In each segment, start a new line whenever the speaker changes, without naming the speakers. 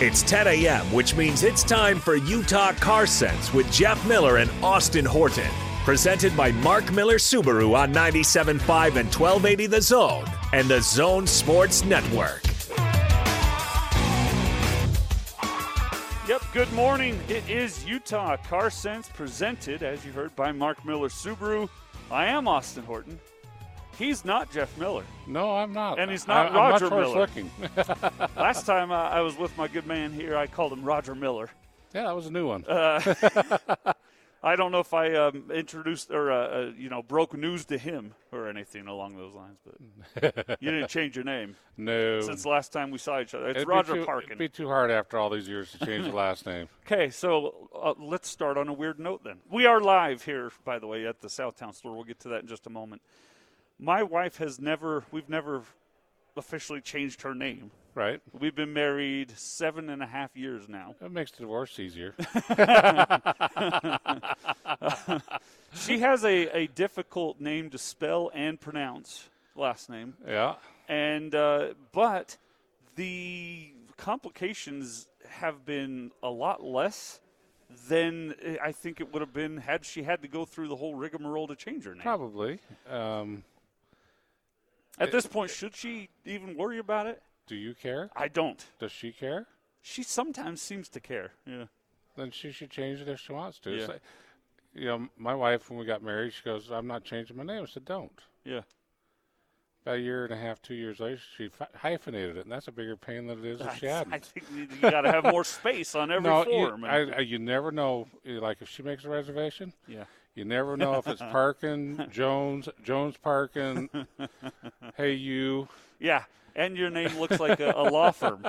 It's 10 a.m., which means it's time for Utah Car Sense with Jeff Miller and Austin Horton. Presented by Mark Miller Subaru on 97.5 and 1280 The Zone and the Zone Sports Network.
Yep, good morning. It is Utah Car Sense presented, as you heard, by Mark Miller Subaru. I am Austin Horton. He's not Jeff Miller.
No, I'm not.
And he's not
I'm
Roger
much worse
Miller.
looking.
Last time uh, I, I was with my good man here, I called him Roger Miller.
yeah, that was a new one.
Uh, I don't know if I um, introduced or uh, uh, you know broke news to him or anything along those lines, but you didn't change your name
no.
since the last time we saw each other. It's
It'd be
Roger
too- It'd be
Parkin.
too hard after all these years to change the last name.
Okay, so uh, let's start on a weird note then. We are live here, by the way, at the Southtown store. We'll get to that in just a moment. My wife has never, we've never officially changed her name.
Right?
We've been married seven and a half years now.
That makes the divorce easier.
She has a, a difficult name to spell and pronounce, last name.
yeah.
and uh, but the complications have been a lot less than I think it would have been had she had to go through the whole rigmarole to change her name.
Probably. Um,
At this point, should she even worry about it?
do you care?
I don't.
Does she care?
She sometimes seems to care. Yeah.
Then she should change it if she wants to.
Yeah.
Say- you know, my wife, when we got married, she goes, I'm not changing my name. I said, don't.
Yeah.
About a year and a half, two years later, she fi- hyphenated it, and that's a bigger pain than it is if she
I,
hadn't.
I think you got to have more space on every
no,
form.
you,
and-
I, I, you never know. You- Like, if she makes a reservation,
yeah.
You never know if it's Parkin, Jones, Jones Parkin, hey you.
Yeah, and your name looks like a, a law firm.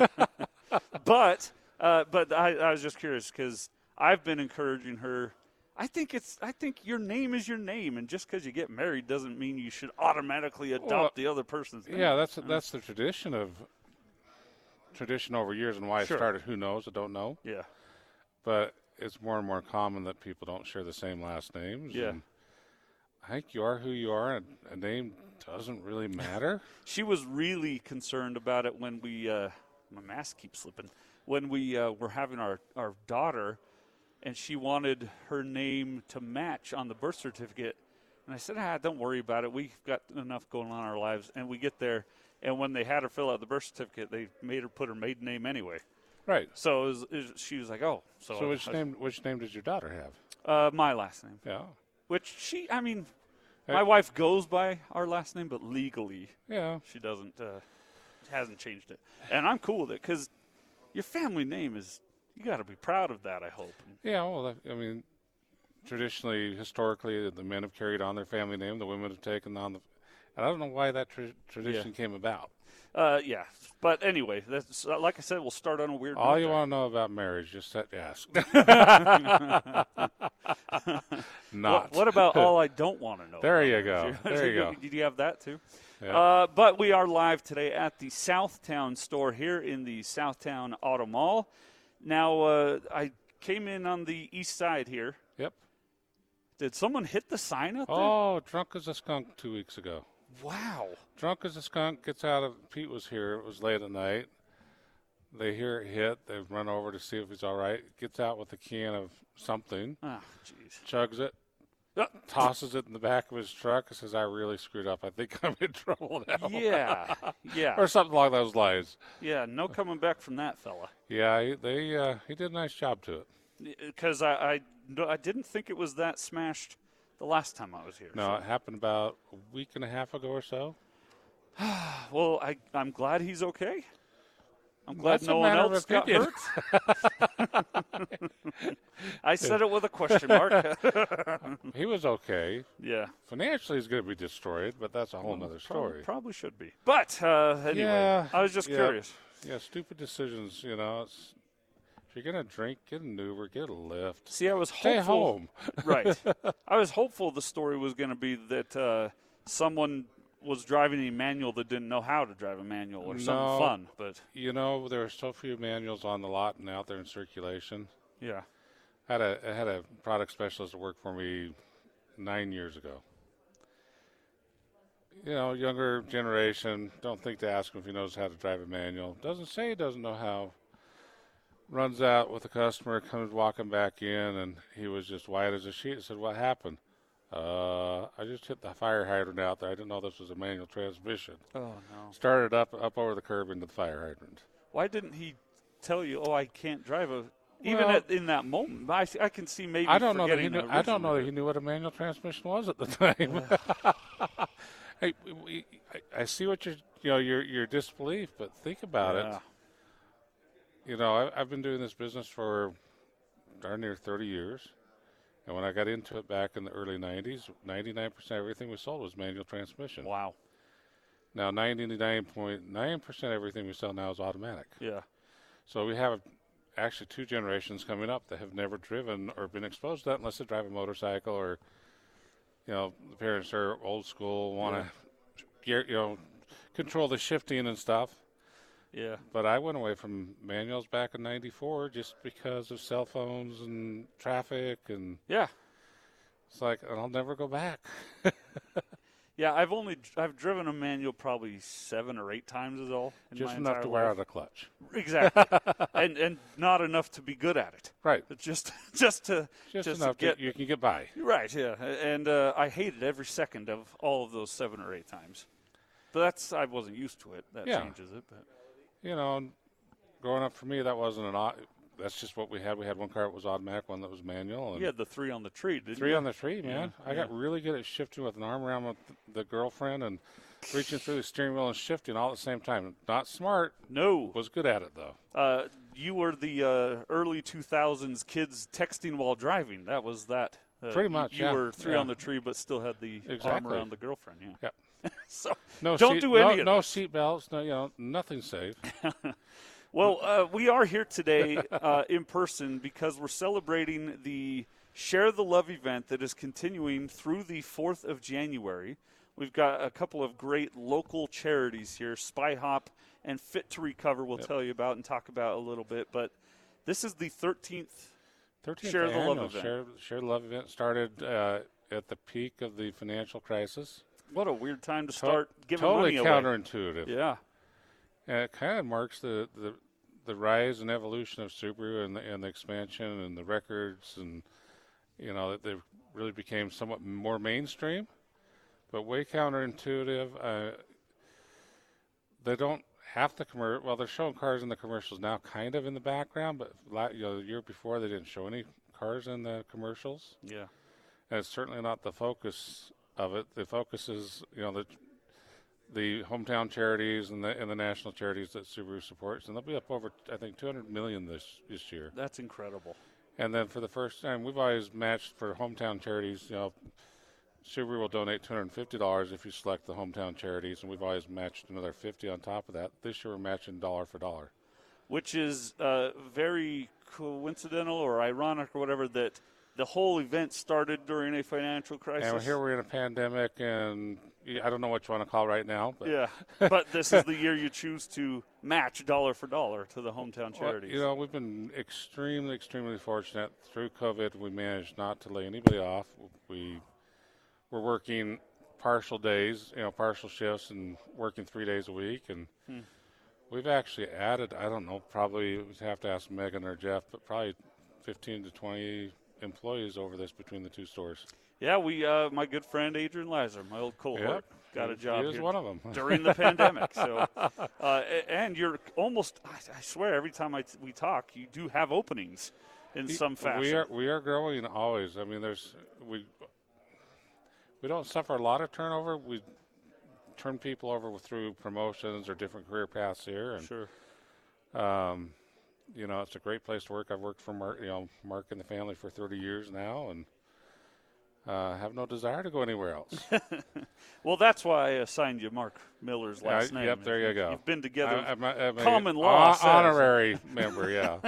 but uh, but I, I was just curious because I've been encouraging her. I think it's I think your name is your name, and just because you get married doesn't mean you should automatically adopt
Well,
the other person's name.
Yeah, that's that's the tradition of tradition over years and why
Sure.
it started. Who knows? I don't know,
yeah,
but it's more and more common that people don't share the same last names.
Yeah.
and I think you are who you are, and a name doesn't really matter.
she was really concerned about it when we uh, my mask keeps slipping when we uh, were having our our daughter and she wanted her name to match on the birth certificate and i said ah don't worry about it we've got enough going on in our lives and we get there and when they had her fill out the birth certificate they made her put her maiden name anyway
right.
so it was, it was- she was like oh so,
So which name which name does your daughter have?
uh, my last name
Yeah.
which she i mean
Hey.
my wife goes by our last name but legally
Yeah.
she doesn't uh, hasn't changed it, and I'm cool with it because your family name is you got to be proud of that. I hope.
Yeah, well, that- I mean, traditionally, historically, the men have carried on their family name. The women have taken on the. And I don't know why that tra- tradition came about.
Uh, yeah, but anyway, that's uh, like I said, we'll start on a weird.
All
note
you
there.
want to know about marriage, just set, ask. Not.
What, what about all I don't want to know?
There
about?
you go. There you go.
Did you have that too?
Yeah.
Uh, but we are live today at the Southtown store here in the Southtown Auto Mall. Now uh, I came in on the east side here.
Yep.
Did someone hit the sign up there?
Oh, drunk as a skunk two weeks ago.
Wow.
Drunk as a skunk gets out of. Pete was here. It was late at night. They hear it hit. They run over to see if he's all right. Gets out with a can of something,
Oh, jeez.
chugs it, tosses it in the back of his truck and says, I really screwed up. I think I'm in trouble
Oh.
now.
Yeah, yeah.
Or something along those lines.
Yeah, no coming back from that fella.
Yeah, he, they uh, he did a nice job to it.
Because uh, I, I, no, I didn't think it was that smashed the last time I was here.
No, it happened about a week and a half ago or so.
So- well, I, I'm glad he's okay. I'm glad
That's a
no one
matter of
else got
opinion.
hurt. I said it with a question mark.
He was okay.
yeah.
Financially, he's going to be destroyed, but that's a whole nother
Probably,
story.
probably should be. But uh, anyway,
Yeah,
I was just
yeah.
curious.
Yeah, stupid decisions, you know. It's, if you're going to drink, get an Uber, get a Lyft.
See, I was
Stay
hopeful.
home.
right. I was hopeful the story was going to be that uh, someone was driving a manual that didn't know how to drive a manual or
No.
something fun. But
You know, there are so few manuals on the lot and out there in circulation.
yeah,
had a I had a product specialist that worked for me nine years ago, you know, younger generation, don't think to ask him if he knows how to drive a manual. Doesn't say he doesn't know how. Runs out with a customer, comes walking back in, and he was just white as a sheet. I said, What happened? Uh, I just hit the fire hydrant out there. I didn't know this was a manual transmission.
Oh no.
Started up up over the curb into the fire hydrant.
Why didn't he tell you? Oh, I can't drive a. Even
Well-
at, in that moment, I, I can see maybe.
I don't know that he
forgetting
knew,
the
I don't
original.
know that he knew what a manual transmission was at the time. hey, we- we- I, I see what you're you know your your disbelief, but think about
Yeah.
it. You know, I, I've been doing this business for darn near 30 years, and when I got into it back in the early 90s, 99% of everything we sold was manual transmission.
Wow.
Now 99.9% of everything we sell now is automatic.
Yeah.
So we have actually two generations coming up that have never driven or been exposed to that unless they drive a motorcycle or, you know, the parents are old school, want to, you know, control the shifting and stuff.
Yeah.
But I went away from manuals back in '94 just because of cell phones and traffic, and
Yeah.
it's like, and I'll never go back.
Yeah. I've only I've driven a manual probably seven or eight times is all. In
Just
my
enough
entire
to wear
life.
out a clutch.
Exactly. and and not enough to be good at it.
Right.
But Just just to
Just,
to
enough
get
that you can get by.
Right, yeah, and uh, I hated every second of all of those seven or eight times. But that's I wasn't used to it. That
Yeah.
changes it. But
you know, and growing up for me, that wasn't an. au- That's just what we had. We had one car that was automatic, one that was manual, and
you had the three on the tree, didn't
three
you?
on the tree, man. I got really good at shifting with an arm around with the girlfriend and reaching through the steering wheel and shifting all at the same time. Not smart,
no,
was good at it though.
uh, you were the uh, early 2000s kids texting while driving. That was that. Uh,
Pretty
you-
much,
You
yeah,
were three
yeah.
on the tree, but still had the arm
Exactly.
around the girlfriend. Yeah.
Yeah.
So
No,
don't
seat,
do any
no,
of
no
that.
seat belts, no, you know, nothing safe.
Well, uh, we are here today uh, in person because we're celebrating the Share the Love event that is continuing through the 4th of January. We've got a couple of great local charities here Spy Hop and Fit to Recover, we'll tell you about and talk about a little bit. But this is the 13th.
13th
Share the love
annual
event.
Share, Share the love event started uh, at the peak of the financial crisis.
What a weird time to
To-
start giving money
totally
away.
counterintuitive.
Yeah.
And it kind of marks the, the the rise and evolution of Subaru and the, and the expansion and the records and you know that they really became somewhat more mainstream, but way counterintuitive. Uh, they don't have to commer Well, they're showing cars in the commercials now, kind of in the background, but la- you know, the year before they didn't show any cars in the commercials
Yeah.
and it's certainly not the focus of it. The focus is, you know, the the hometown charities and the and the national charities that Subaru supports, and they'll be up over, I think, 200 million this this year.
That's incredible.
And then for the first time, we've always matched for hometown charities. You know, Subaru will donate 250 dollars if you select the hometown charities, and we've always matched another 50 on top of that. This year, we're matching dollar for dollar.
which is uh, very coincidental or ironic or whatever that the whole event started during a financial crisis.
And here we're in a pandemic, and yeah, I don't know what you want to call right now, but
yeah, but this is the year you choose to match dollar for dollar to the hometown
Well,
charities.
You know, we've been extremely, extremely fortunate through COVID. We managed not to lay anybody off. We were working partial days, you know, partial shifts, and working three days a week. And we've actually added, I don't know, probably we'd have to ask Megan or Jeff, but probably 15 to 20 employees over this between the two stores.
yeah, we uh, my good friend Adrian Lizer, my old cohort,
Yep.
got a
He-
job
He was
here
one of them.
during the pandemic. So, uh, a- and you're almost I, I swear every time I t- we talk, you do have openings in some fashion.
We are we are growing always. I mean, there's we we don't suffer a lot of turnover. We turn people over through promotions or different career paths here, and
sure.
um, you know, it's a great place to work. I've worked for Mark, you know, Mark and the family for 30 years now, and uh, have no desire to go anywhere else.
Well, that's why I assigned you Mark Miller's last
Yeah,
name.
Yep, there you go.
You've been together.
I- I'm a- I'm a
Common law
hon-
says.
honorary member. Yeah,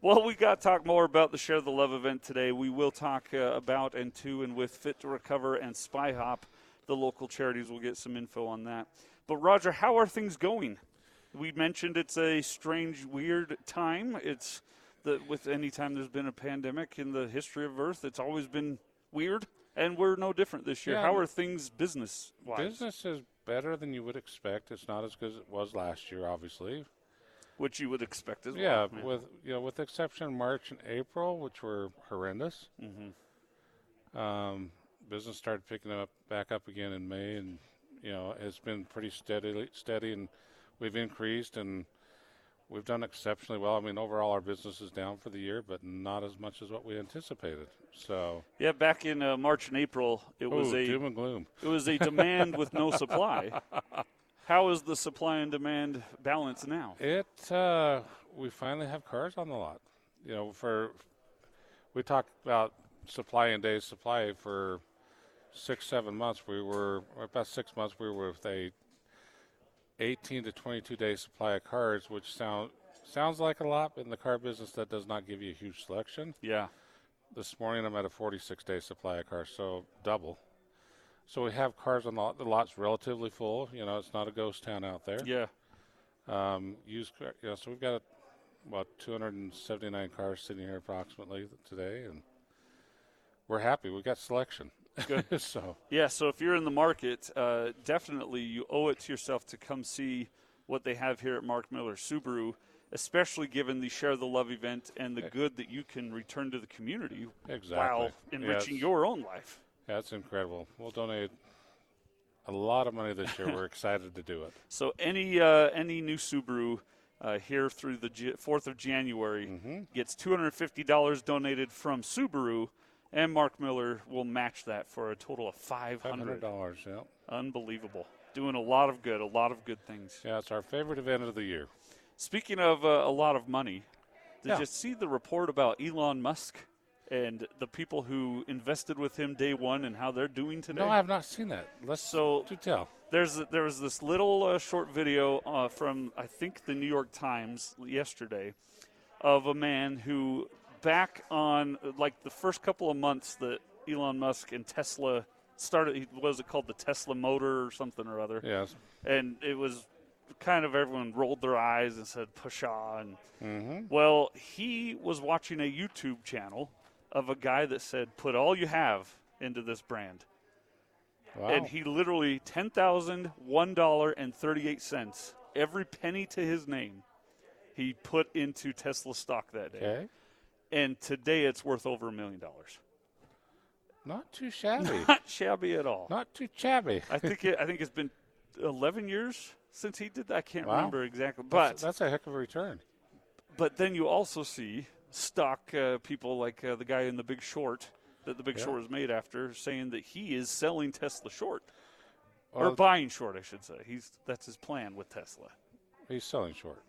Well, we got to talk more about the Share the Love event today. We will talk uh, about and to and with Fit to Recover and Spy Hop, the local charities. We'll get some info on that. But, Roger, how are things going? We mentioned it's a strange, weird time. It's the, with any time there's been a pandemic in the history of Earth, it's always been weird And we're no different this year.
Yeah,
How
but-
are things business wise?
Business is better than you would expect. It's not as good as it was last year, obviously.
Which you would expect as
Yeah,
well.
with you know, with the exception of March and April, which were horrendous. Mm-hmm. Um, business started picking up back up again in May, and you know it's been pretty steadily steady, and we've increased and we've done exceptionally well. I mean, overall our business is down for the year, but not as much as what we anticipated. So,
Yeah, back in uh, March and April, it was
ooh,
a
doom and gloom.
it was a demand with no supply. How is the supply and demand balance now?
It uh, we finally have cars on the lot. You know, for we talked about supply and days supply for six, seven months. We were or about six months. We were with a 18 to 22 day supply of cars, which sound sounds like a lot, but in the car business, that does not give you a huge selection.
Yeah.
This morning, I'm at a 46 day supply of cars, so double. So we have cars on the lot. The lot's relatively full. You know, it's not a ghost town out there
Yeah.
um, used car. You know, so we've got about 279 cars sitting here approximately today, and we're happy. We've got selection. Good. so
Yeah, so if you're in the market, uh, definitely you owe it to yourself to come see what they have here at Mark Miller Subaru, especially given the Share the Love event and the good that you can return to the community while
Eh. Exactly.
enriching
Yes.
your own life.
that's incredible. We'll donate a lot of money this year. we're excited to do it.
So any uh, any new Subaru uh, here through the J- 4th of January
Mm-hmm.
gets $250 donated from Subaru, and Mark Miller will match that for a total of 500
Hundred dollars. Yeah.
Unbelievable. Doing a lot of good, a lot of good things.
Yeah, it's our favorite event of the year.
Speaking of uh, a lot of money, did
Yeah.
you see the report about Elon Musk and the people who invested with him day one and how they're doing today?
No, I have not seen that. Let's
So-
do tell.
There's there was this little uh, short video uh, from I think the New York Times yesterday of a man who back on like the first couple of months that Elon Musk and Tesla started he- what was it called the Tesla motor or something or other
Yes.
and it was kind of everyone rolled their eyes and said pshaw and well he was watching a youtube channel of a guy that said put all you have into this brand
Wow.
and he literally ten thousand one dollar and thirty eight cents every penny to his name he put into tesla stock that day
okay.
and today it's worth over a million dollars
Not too shabby.
not shabby at all
not too shabby.
i think it, i think it's been 11 years since he did that i can't
Wow.
remember exactly but
that's a heck of a return.
But then you also see stock uh, people like uh, the guy in The Big Short that The Big
Yeah.
Short is made after saying that he is selling Tesla short or
Well-
buying short, I should say. He's that's his plan with Tesla.
He's selling short.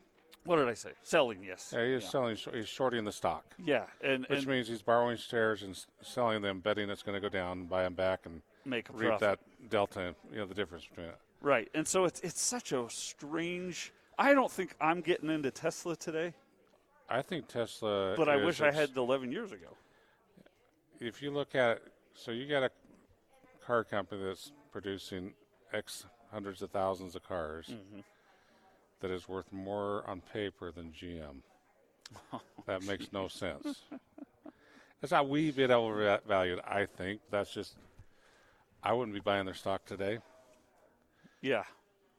What did I say? Selling, yes.
Yeah, he is selling. shor- He's shorting the stock.
Yeah, and,
Which
and
means he's borrowing shares and s- selling them, betting it's going to go down, buy them back, and
make a
reap
profit.
that delta. You know the difference between it.
Right. And so it's it's such a strange I don't think I'm getting into Tesla today,
I think Tesla.
but I
is
wish I
ex-
had 11 years ago.
If you look at, so you got a car company that's producing x hundreds of thousands of cars
Mm-hmm.
that is worth more on paper than GM. that makes no sense. It's a wee bit overvalued, I think. That's just. I wouldn't be buying their stock today.
Yeah.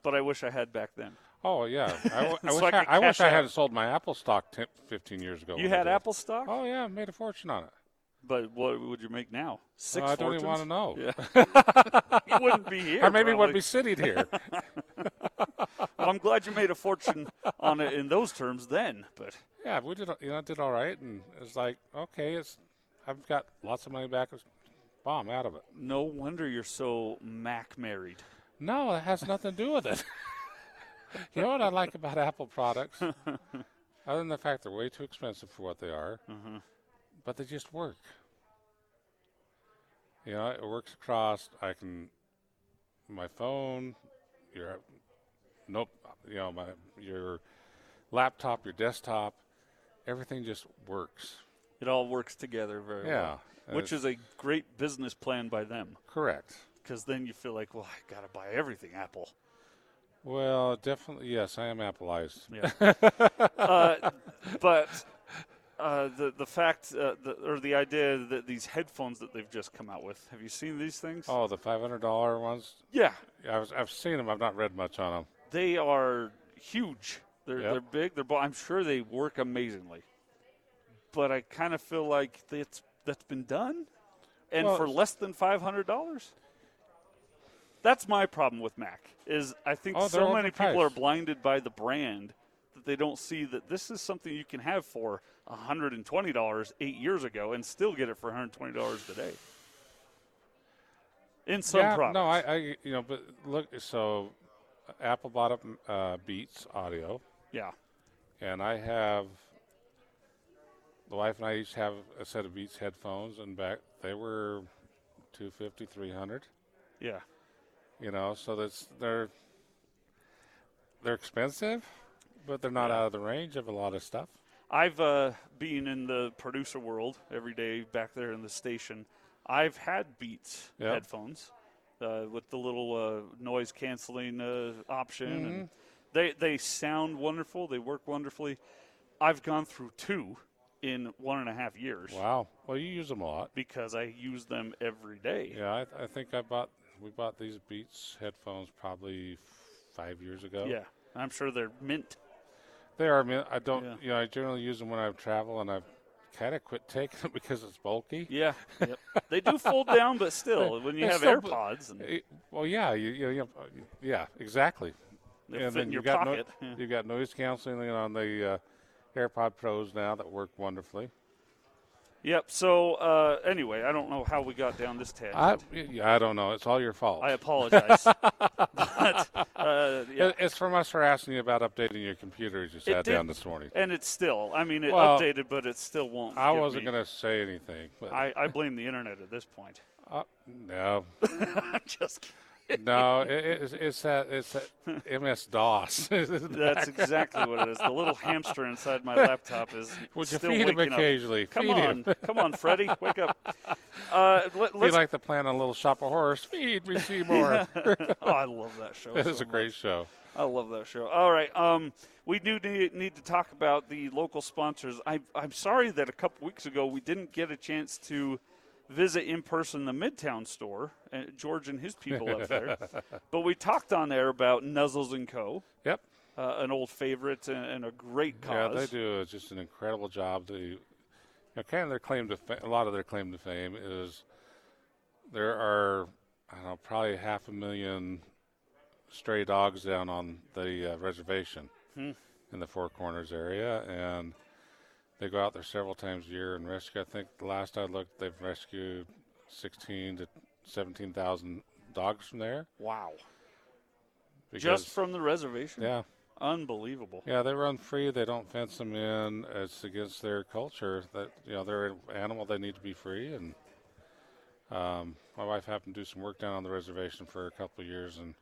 But I wish I had back then.
Oh yeah, I, w- I
So
wish
I
I,
could
I, wish
cash
I
out.
had sold my Apple stock 10, 15 years ago.
You
when I
had
did.
Apple stock?
Oh yeah, I made a fortune on it.
But what would you make now? Six
Uh, I don't even want to
fortunes?
know.
You wouldn't be here.
Or maybe would
probably.
be sitting here.
Well, I'm glad you made a fortune on it in those terms then. But
yeah, we did. You know, I did all right, and it's like okay, it's I've got lots of money back. It's bomb out of it.
no wonder you're so Mac married.
No, it has nothing to do with it. you know what I like about Apple products, other than the fact they're way too expensive for what they are, but they just work. You know, it works across. I can my phone, your nope, you know my your laptop, your desktop, everything just works.
It all works together very
Yeah,
well.
and
Which is a great business plan by them
Correct.
because then you feel like, well, I got to buy everything Apple.
Well, definitely yes, I am Appleized.
Yeah. uh, but uh, the the fact uh, the, or the idea that these headphones that they've just come out with. Have you seen these things?
Oh, the five hundred dollar ones.
Yeah,
I was, I've seen them. I've not read much on them.
they are huge. They're
Yep.
they're big. They're. bo- I'm sure they work amazingly, but I kind of feel like that's that's been done, and
Well,
for
it's-
less than five hundred dollars. That's my problem with Mac. Is I think
Oh, they're
so many people
overpriced.
are blinded by the brand that they don't see that this is something you can have for hundred and twenty dollars eight years ago and still get it for hundred twenty dollars today. In some
yeah,
products,
no, I, I, you know, but look, so Apple bought up uh, Beats Audio,
yeah,
and I have the wife and I each have a set of Beats headphones, and back they were 250 300
yeah.
You know, so that's they're they're expensive, but they're not out of the range of a lot of stuff.
I've uh, been in the producer world every day back there in the station. I've had Beats
Yeah.
headphones uh, with the little uh, noise canceling uh, option,
Mm-hmm.
and they they sound wonderful. They work wonderfully. I've gone through two in one and a half years
Wow. Well, you use them a lot.
because I use them every day.
Yeah, I, I think I bought we bought these Beats headphones probably five years ago.
Yeah. I'm sure they're mint.
They are. I mean, I don't.
Yeah.
You know, I generally use them when I travel, and I've kind of quit taking them because it's bulky.
Yeah, yep. they do fold down, but still, when you
They're
have
still-
AirPods and
Eh, well, yeah, you, you, you yeah, exactly.
they fit
and then
in your
you've got no-
pocket, yeah.
you've got noise canceling on the uh, AirPod Pros now that work wonderfully.
Yep. So uh, anyway, I don't know how we got down this tangent. I,
I, yeah, I don't know. It's all your fault.
apologize. but, uh, yeah.
It- It's from us for asking you about updating your computer as you sat
did-
down this morning.
And it's still. I mean, it
Well,
updated, but it still won't.
I
give
wasn't
me-
going to say anything, but
I, I blame the internet at this point.
uh, no,
I'm just. kidding.
no, it, it's, it's that it's that MS DOS.
That's exactly what it is. The little hamster inside my laptop is
Would you
still
feed him
waking up.
occasionally?
Come
feed
on,
him.
come on, Freddie, wake up. Uh, let,
We
let's.
like to plan on a little shop of horrors. Feed me Seymour.
oh, I love that show.
That
so
is a
much.
great show.
I love that show. All right, um, we do need, need to talk about the local sponsors. I, I'm sorry that a couple weeks ago we didn't get a chance to visit in person the Midtown store, uh, George and his people up there. But we talked on there about Nuzzles and Co.,
Yep.
uh, an old favorite and, and a great
Yeah,
cause.
they do it's just an incredible job. They, you know, kind of their claim to fa- a lot of their claim to fame is there are I don't know probably half a million stray dogs down on the uh, reservation
Hmm.
in the Four Corners area, and they go out there several times a year and rescue. I think the last I looked, they've rescued sixteen to seventeen thousand dogs from there.
Wow.
because-
Just from the reservation?
yeah.
Unbelievable.
Yeah, they run free. They don't fence them in. It's against their culture that you know they're an animal. They need to be free. And um, my wife happened to do some work down on the reservation for a couple of years, and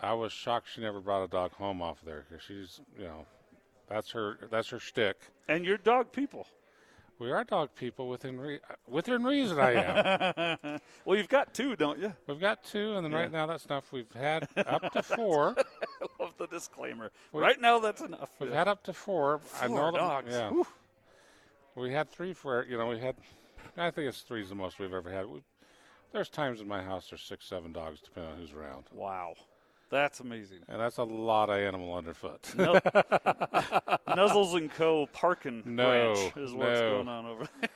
I was shocked she never brought a dog home off there because she's you know that's her that's her shtick.
And your dog people.
We are dog people within re- within reason. I am.
Well, you've got two, don't you?
we've got two, and then right now that's enough. We've had up to four.
I love the disclaimer. right now, that's enough.
We've had up to four. I
Four
know that-
dogs.
yeah. We had three for you know we had. I think it's three's the most we've ever had. We, there's times in my house there's six, seven dogs depending on who's around,
Wow. That's amazing.
and that's a lot of animal underfoot.
Nuzzles and Co. Parkin
No,
Ranch is what's
no.
going on over there.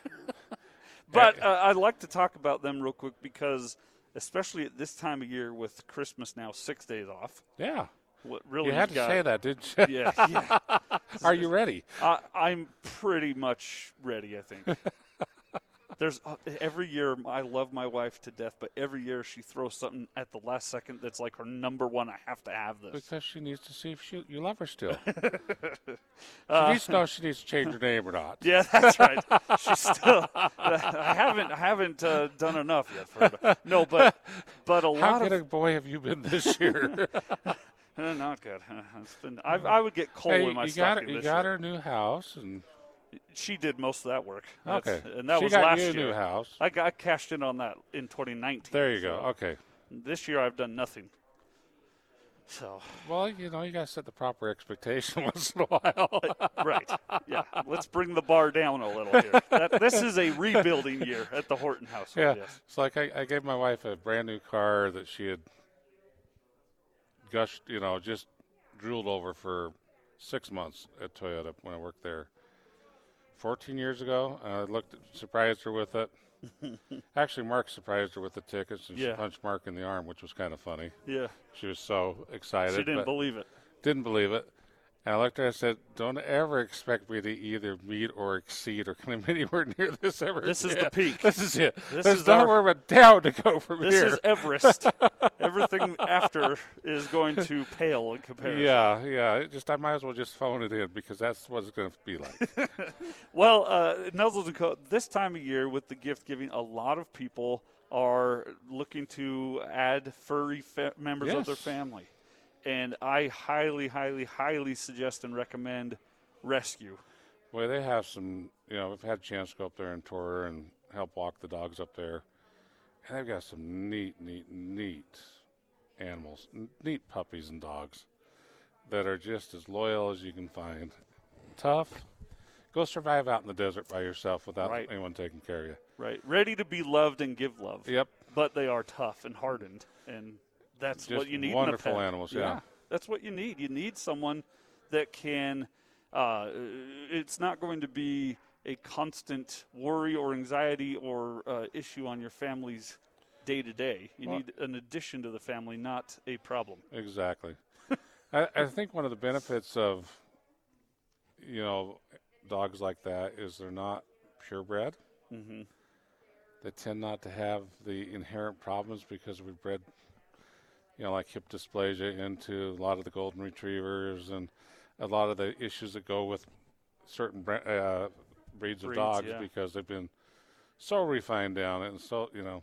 but uh, I'd like to talk about them real quick because, especially at this time of year with Christmas now six days off,
yeah,
what really
you had to
got,
say that, didn't you?
Yeah, yeah.
Are you ready?
I, I'm pretty much ready. I think. There's uh, every year I love my wife to death, but every year she throws something at the last second that's like her number one. I have to have this.
Because she needs to see if she, you love her still. she needs to know if she needs to change her name or not.
Uh, Yeah, that's right. She's still. I haven't. I haven't uh, done enough yet for her. to- No, but but a
How
lot
good
of
a boy have you been this year?
uh, not good. Uh, It's been, I, I would get coal
Hey,
in my
you got her,
stocking
you
this
got
year.
her new house, and
She did most of that work. That's-
okay,
and that
she
was
got
last
you a
year.
new house.
I got I cashed in on that in 2019.
There you go. Oh.
so
Okay,
This year I've done nothing. So
Well, you know, you got to set the proper expectation once in a while.
right, yeah. Let's bring the bar down a little here. That, this is a rebuilding year at the Horton household.
yeah.
Yes.
It's like I, I gave my wife a brand new car that she had gushed, you know, just drooled over for six months at Toyota when I worked there. 14 years ago, and I looked, at, surprised her with it. Actually, Mark surprised her with the tickets, and
Yeah.
she punched Mark in the arm, which was kind of funny.
Yeah.
She was so excited.
She didn't
but-
believe it.
Didn't believe it. And I looked at her and said, Don't ever expect me to either meet or exceed or come anywhere near this ever.
This is the
again."
peak.
This is it.
This
There's
is our-
nowhere but down to go from
This
here.
is Everest. Everything after is going to pale in comparison.
yeah, yeah. It just I might as well just phone it in because that's what it's going to be like.
Well, uh, Nelson's and Co. This time of year with the gift giving, a lot of people are looking to add furry fa- members of their
Yes.
family, and I highly, highly, highly suggest and recommend Rescue.
Well, they have some. You know, we've had a chance to go up there and tour and help walk the dogs up there, and they've got some neat, neat, neat animals, n- neat puppies and dogs that are just as loyal as you can find. Tough. Go survive out in the desert by yourself without
Right.
anyone taking care of you.
Right, ready to be loved and give love.
Yep.
But they are tough and hardened, and that's
Just
what you need.
wonderful
in a pet.
animals, yeah.
that's what you need. You need someone that can. Uh, it's not going to be a constant worry or anxiety or uh, issue on your family's day to day. You
Well-
need an addition to the family, not a problem.
Exactly. I, I think one of the benefits of, you know, dogs like that is they're not purebred. Mm-hmm. They tend not to have the inherent problems because we bred, you know, like hip dysplasia into a lot of the golden retrievers and a lot of the issues that go with certain bre- uh, breeds, of
Breeds,
dogs
yeah.
because they've been so refined down and so, you know,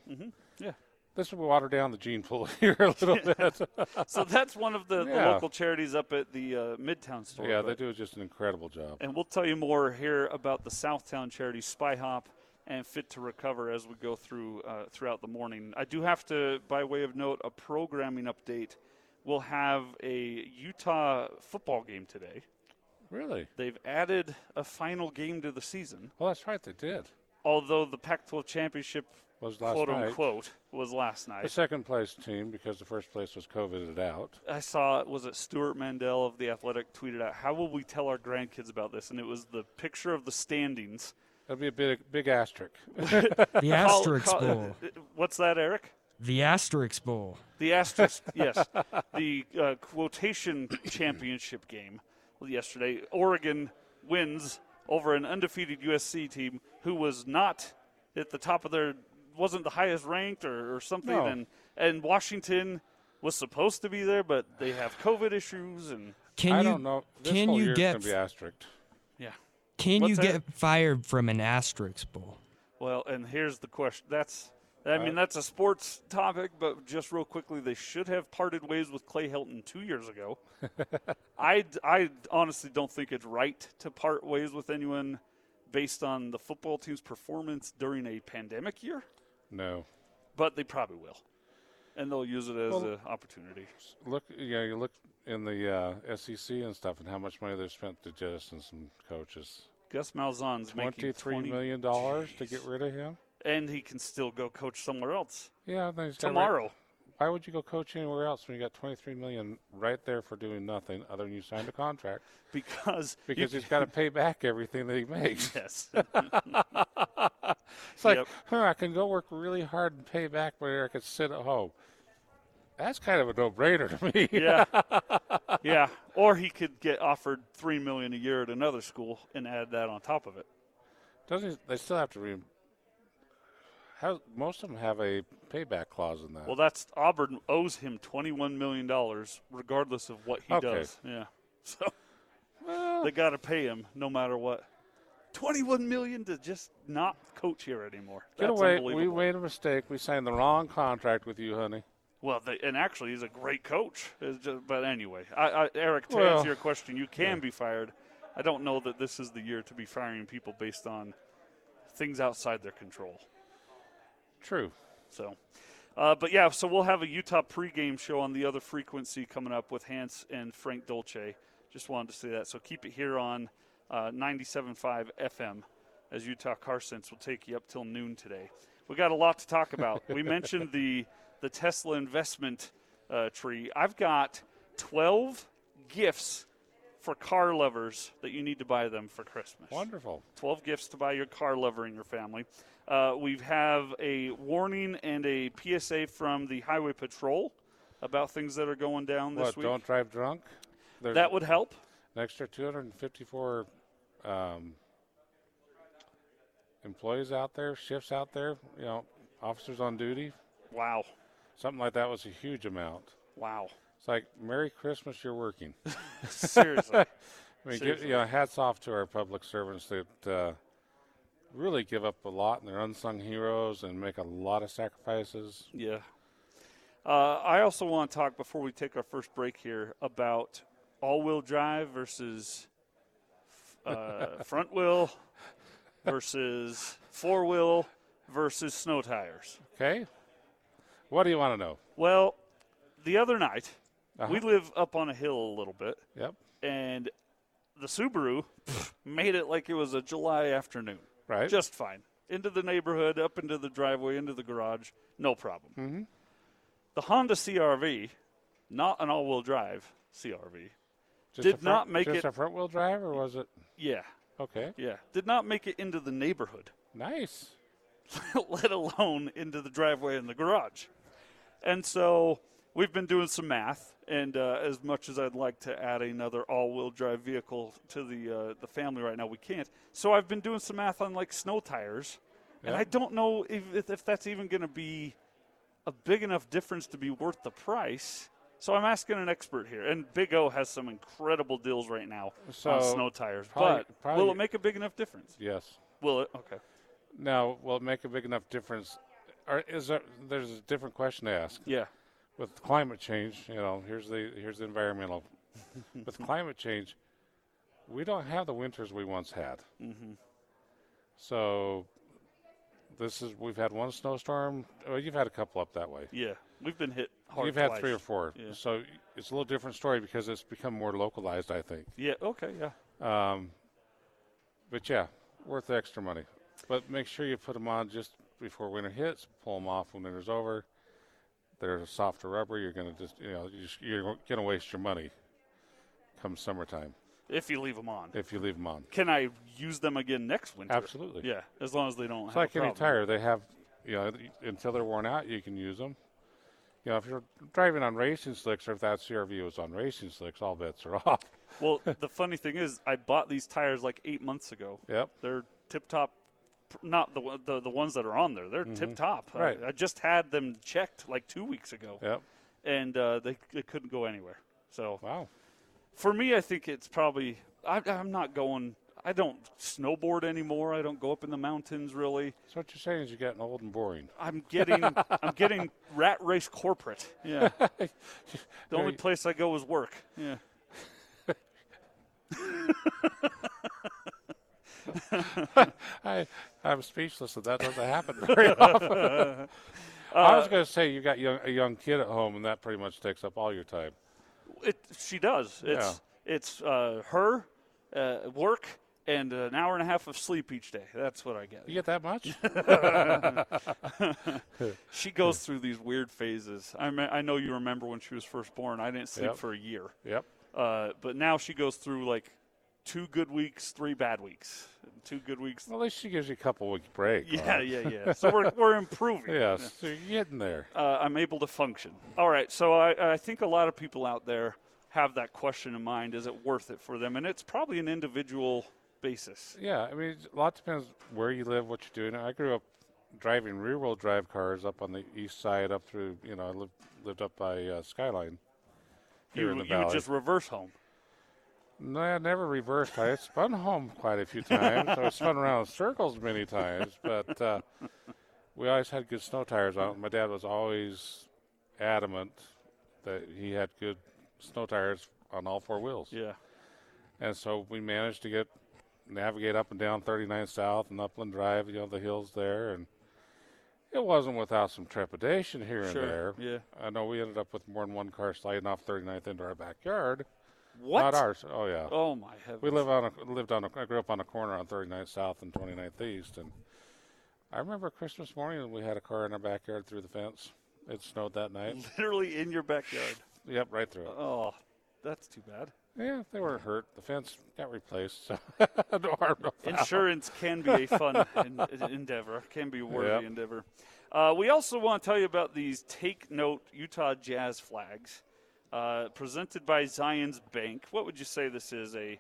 Yeah.
this will water down the gene pool here a little bit.
so that's one of the, the
Yeah.
local charities up at the uh, Midtown store.
Yeah,
but-
they do just an incredible job.
And we'll tell you more here about the Southtown charity Spy Hop and Fit to Recover as we go through uh, throughout the morning. I do have to, by way of note, a programming update. We'll have a Utah football game today.
Really?
They've added a final game to the season,
Well, that's right. They did.
although the Pac-12 championship,
Was last
quote
night.
unquote, was last night.
The second place team, because the first place was coveted out.
I saw was it Stuart Mandel of the Athletic tweeted out, "How will we tell our grandkids about this?" And it was the picture of the standings.
That'd be a big, big asterisk.
The
Call-
Asterix
call-
Bowl.
uh, What's that, Eric?
The Asterix Bowl.
The asterisk, yes. The uh, quotation championship game yesterday, Oregon wins over an undefeated USC team who was not at the top of their, wasn't the highest ranked or, or something,
No.
and and Washington was supposed to be there, but they have COVID issues and
Can
I
you
don't know. This
can
whole
you
year's
get
gonna be asterisk.
yeah.
can you
what's that?
get fired from an Asterix Bowl?
Well, and here's the question. That's I mean that's a sports topic, but just real quickly, they should have parted ways with Clay Helton two years ago. I I honestly don't think it's right to part ways with anyone based on the football team's performance during a pandemic year,
No.
but they probably will, and they'll use it as
Well-
an opportunity.
Look, yeah, you look in the uh, SEC and stuff, and how much money they've spent to jettison some coaches.
Gus Malzahn's making
Twenty-three
twenty,
million dollars to get rid of him.
and he can still go coach somewhere else
Yeah, and they just got rid-
tomorrow.
Why would you go coach anywhere else when you got twenty-three million right there for doing nothing other than you signed a contract?
Because you
Because he's got to pay back everything that he makes.
yes,
It's like,
Yep.
huh, I can go work really hard and pay back, but I could sit at home. That's kind of a no-brainer to me.
yeah, yeah. Or he could get offered three million a year at another school and add that on top of it.
Doesn't he- they still have to re? How most of them have a payback clause in that?
Well, that's Auburn owes him twenty-one million dollars, regardless of what he
Okay.
does. Yeah, so they got to pay him no matter what. Twenty-one million to just not coach here anymore.
Get
That's
away! We
unbelievable.
made a mistake. We signed the wrong contract with you, honey.
Well, they, and actually, he's a great coach. It's ju- but anyway, I, I, Eric, to
Well-
answer your question, you can be fired. I don't know that this is the year to be firing people based on things outside their control.
True.
So, Uh, but yeah, so we'll have a Utah pregame show on the other frequency coming up with Hans and Frank Dolce. Just wanted to say that. So keep it here on uh, 97.5 FM as Utah Car Sense will take you up till noon today. We got a lot to talk about. we mentioned the the Tesla investment uh, tree. I've got 12 gifts for car lovers that you need to buy them for Christmas.
Wonderful.
12 gifts to buy your car lover in your family. Uh, we have a warning and a PSA from the Highway Patrol about things that are going down this
What?
week.
Don't drive drunk. There's
that would help.
an extra 254 um, employees out there, shifts out there. You know, officers on duty.
Wow.
Something like that was a huge amount.
Wow.
It's like Merry Christmas, you're working.
Seriously.
I mean, give,
Seriously.
you know, hats off to our public servants that uh, really give up a lot and they're unsung heroes and make a lot of sacrifices.
Yeah. Uh, I also want to talk before we take our first break here about all-wheel drive versus uh, front wheel versus four wheel versus snow tires.
Okay, what do you want to know?
Well, the other night we live up on a hill a little bit,
Yep,
and the Subaru made it like it was a July afternoon.
right.
Just fine. Into the neighborhood, up into the driveway, into the garage, no problem. The Honda CRV, not an all wheel drive CRV,
Just
did
a front-
not make
just
it-
a front wheel drive, or was it?
yeah,
Okay,
yeah, did not make it into the neighborhood,
nice.
let alone into the driveway and the garage. And so we've been doing some math, and uh, as much as I'd like to add another all-wheel drive vehicle to the uh, the family right now, we can't. So I've been doing some math on like snow tires, and
Yeah.
I don't know if if, if that's even going to be a big enough difference to be worth the price. So I'm asking an expert here, and Big O has some incredible deals right now on
So,
snow tires.
probably-
but will
probably-
it make a big enough difference?
Yes.
Will it? Okay.
Now, will it make a big enough difference? Or is there, there's a different question to ask.
Yeah.
with climate change, you know, here's the here's the environmental. with climate change, we don't have the winters we once had. Mm-hmm. So this is we've had one snowstorm. Well, you've had a couple up that way.
Yeah. We've been hit hard.
you've had
twice.
three or four.
Yeah.
So it's a little different story because it's become more localized, I think.
Yeah. Okay. Yeah.
Um, but yeah, worth the extra money. But make sure you put them on just before winter hits. Pull them off when winter's over. They're softer rubber. You're gonna just you know you sh- you're gonna waste your money come summertime
If you leave them on.
if you leave them on.
can I use them again next winter?
Absolutely.
Yeah, as long as they don't.
It's
have
like
a
any
problem.
tire. They have you know until they're worn out, you can use them. You know, if you're driving on racing slicks, or if that CRV was on racing slicks, all bets are off.
Well, the funny thing is, I bought these tires like eight months ago.
Yep.
They're tip top, not the, one- the the ones that are on there. They're tip top.
Mm-hmm. Right.
I, I just had them checked like two weeks ago,
Yep.
and uh, they they couldn't go anywhere. So
Wow.
for me, I think it's probably I, I'm not going. I don't snowboard anymore. I don't go up in the mountains really.
So what you're saying is you're getting old and boring.
I'm getting I'm getting rat race corporate. Yeah. The only
Very-
place I go is work. Yeah.
I, I'm speechless that that doesn't happen very often. I was going to say you got young, a young kid at home, and that pretty much takes up all your time.
It she does. It's it's uh, her uh, work and an hour and a half of sleep each day. That's what I get.
You get that much?
She goes through these weird phases. I me- I know you remember when she was first born. I didn't sleep
Yep.
for a year.
yep.
Uh, but now she goes through like two good weeks, three bad weeks, two good weeks.
Well, at least she gives you a couple weeks break.
Yeah,
huh?
yeah, yeah. So we're we're improving.
Yes, so you're getting there.
uh, I'm able to function. All right, so I, I think a lot of people out there have that question in mind: Is it worth it for them? And it's probably an individual basis.
Yeah, I mean, a lot depends where you live, what you're doing. I grew up driving rear-wheel drive cars up on the east side, up through you know, I lived lived up by uh, Skyline.
You,
Here in the
you would
valley.
just reverse home.
No, I never reversed. I spun home quite a few times. I spun around in circles many times, but uh, we always had good snow tires on. My dad was always adamant that he had good snow tires on all four wheels,
Yeah,
and so we managed to get navigate up and down 39 South and Upland Drive, you know, the hills there, and It wasn't without some trepidation here
Sure,
and there.
yeah.
I know we ended up with more than one car sliding off 39th into our backyard.
What?
Not ours. Oh yeah.
Oh my heavens!
We live on a, lived on a, I grew up on a corner on 39th South and 29th East, and I remember Christmas morning we had a car in our backyard through the fence. It snowed that night.
literally in your backyard.
yep, right through it.
Oh, that's too bad.
Yeah, they weren't hurt. The fence got replaced, so no harm, no foul.
Insurance can be a fun en- endeavor, can be a worthy
Yep.
endeavor. Uh, we also want to tell you about these Take Note Utah Jazz flags uh, presented by Zion's Bank. What would you say this is? A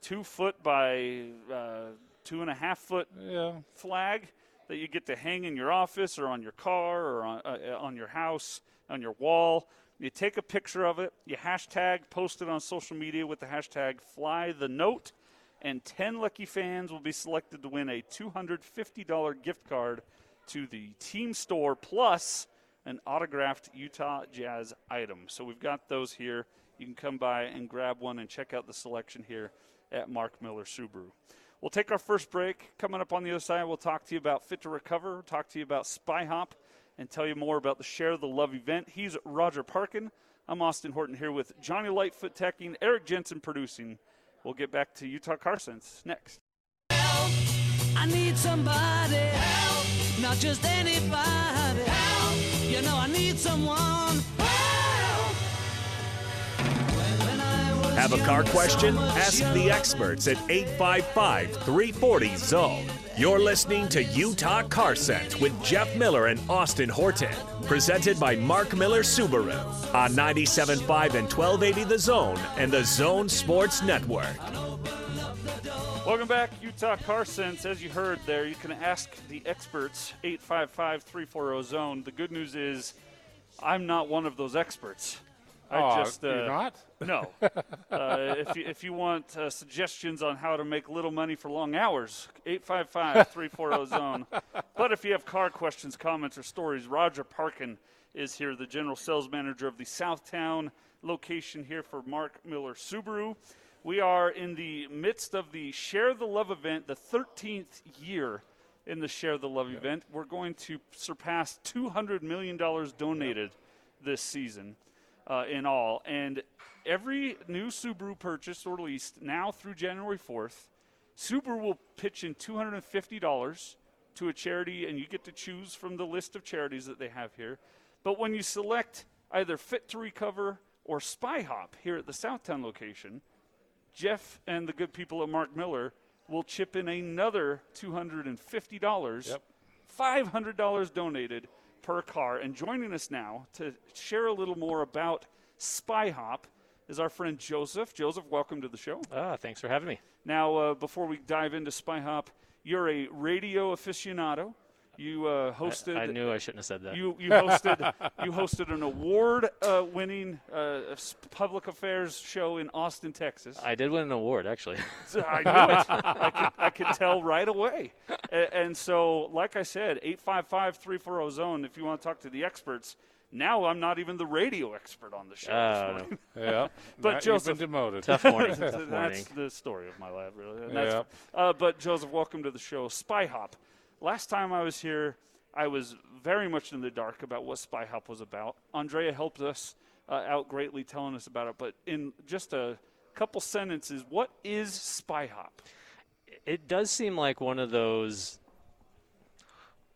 two foot by uh, two and a half foot
Yeah,
flag that you get to hang in your office or on your car or on, uh, uh, on your house, on your wall. You take a picture of it, you hashtag, post it on social media with the hashtag fly the note, and 10 lucky fans will be selected to win a $250 gift card to the team store plus an autographed Utah Jazz item. So we've got those here. You can come by and grab one and check out the selection here at Mark Miller Subaru. We'll take our first break. Coming up on the other side, we'll talk to you about Fit to Recover, talk to you about Spy Hop, and tell you more about the Share the Love event. He's Roger Parkin. I'm Austin Horton here with Johnny Lightfoot Teching, Eric Jensen producing. We'll get back to Utah Car Sense next.
I need somebody help, not just anybody help. You know I need someone help. When- when I was
Have a car
younger, so
question?
much
Ask the
younger.
experts at 855 340 Zone. You're listening to Utah Car Sense with Jeff Miller and Austin Horton. Presented by Mark Miller Subaru on 97.5 and 1280 The Zone and the Zone Sports Network.
Welcome back, Utah Car Sense. As you heard there, you can ask the experts, 855 340 oh, Zone. The good news is, I'm not one of those experts. I
Aw,
just. Uh,
you're not?
No. uh, if, you, if you want uh, suggestions on how to make little money for long hours, 855 340 oh, Zone. But if you have car questions, comments, or stories, Roger Parkin is here, the general sales manager of the Southtown location here for Mark Miller Subaru. We are in the midst of the Share the Love event, the 13th year in the Share the Love event. We're going to surpass $200 million donated this season uh, in all. And every new Subaru purchase or lease now through January 4th, Subaru will pitch in $250 to a charity, and you get to choose from the list of charities that they have here. But when you select either Fit to Recover or Spy Hop here at the Southtown location, Jeff and the good people at Mark Miller will chip in another $250.
Yep.
$500 donated per car. And joining us now to share a little more about Spy Hop is our friend Joseph. Joseph, welcome to the show.
Ah, thanks for having me.
Now, uh, before we dive into Spy Hop, you're a radio aficionado. You uh, hosted.
I knew I shouldn't have said that.
You, you hosted you hosted an award uh, winning uh, s- public affairs show in Austin, Texas.
I did win an award, actually.
I knew it. I could, I could tell right away. And, and so, like I said, 855 340 zone, if you want to talk to the experts. Now I'm not even the radio expert on the show. this
Ah,
morning.
Yeah,
But
Now you've been
Joseph-
demoted.
Tough morning.
That's-
Tough morning.
that's the story of my life, really. And that's- uh, but Joseph, welcome to the show, Spy Hop. Last time I was here, I was very much in the dark about what Spy Hop was about. Andrea helped us uh, out greatly telling us about it. But in just a couple sentences, what is Spy Hop?
It does seem like one of those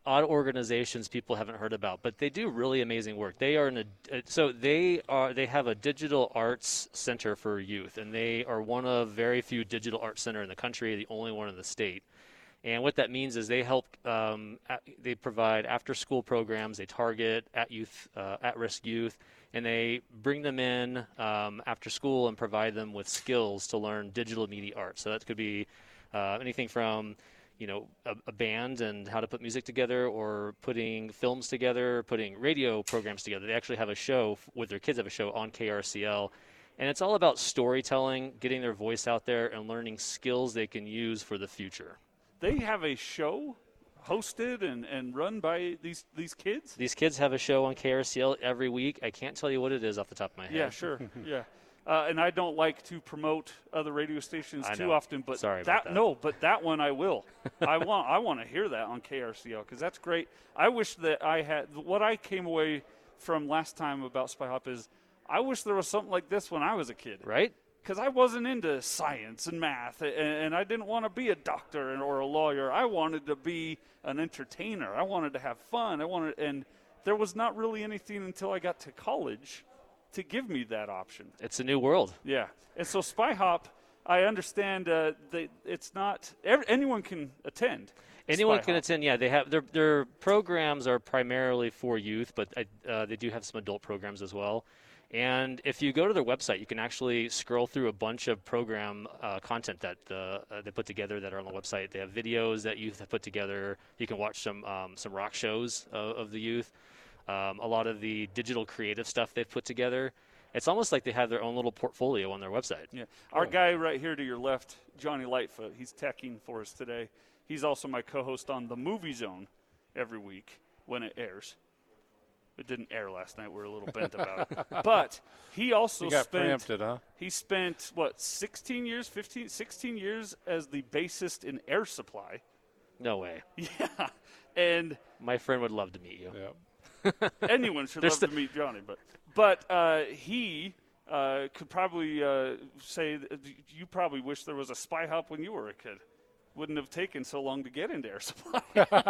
odd organizations people haven't heard about, but they do really amazing work. They are in a uh, so they are they have a digital arts center for youth, and they are one of very few digital arts center in the country, the only one in the state. And what that means is they help. Um, a they provide after-school programs. They target at youth, uh, at-risk youth, and they bring them in um, after school and provide them with skills to learn digital media art. So that could be uh, anything from, you know, a, a band and how to put music together, or putting films together, putting radio programs together. They actually have a show f- with their kids. Have a show on KRCL. And it's all about storytelling, getting their voice out there, and learning skills they can use for the future.
They have a show hosted and, and run by these these kids.
These kids have a show on KRCL every week. I can't tell you what it is off the top of my head.
Yeah, sure. yeah. Uh, and I don't like to promote other radio stations
I
too
know.
often, but
Sorry
that,
about that.
no, but that one I will. I want I want to hear that on KRCL because that's great. I wish that I had what I came away from last time about Spy Hop is I wish there was something like this when I was a kid
right?
because I wasn't into science and math, and, and I didn't want to be a doctor and, or a lawyer. I wanted to be an entertainer. I wanted to have fun. I wanted, and there was not really anything until I got to college to give me that option.
It's a new world.
Yeah, and so Spy Hop, I understand uh, they, it's not ev anyone can attend.
Anyone
Spy
can
Hop.
attend. Yeah, they have their their programs are primarily for youth, but I- uh, they do have some adult programs as well. And if you go to their website, you can actually scroll through a bunch of program uh, content that the, uh, they put together that are on the website. They have videos that youth have put together. You can watch some um, some rock shows of, of the youth. Um, a lot of the digital creative stuff they've put together. It's almost like they have their own little portfolio on their website.
Yeah. Our guy right here to your left, Johnny Lightfoot, he's teching for us today. He's also my co host on the Movie Zone every week when it airs. It didn't air last night. We are a little bent about it. But he also
You got
spent
preempted, huh?
he spent what 16 years, 15 16 years as the bassist in Air Supply.
No way.
Yeah. And
My friend would love to meet you.
Yep.
anyone should love
st-
to meet Johnny, but but uh, he uh, could probably uh, say that you probably wish there was a spy hop when you were a kid. Wouldn't have taken so long to get into air supply.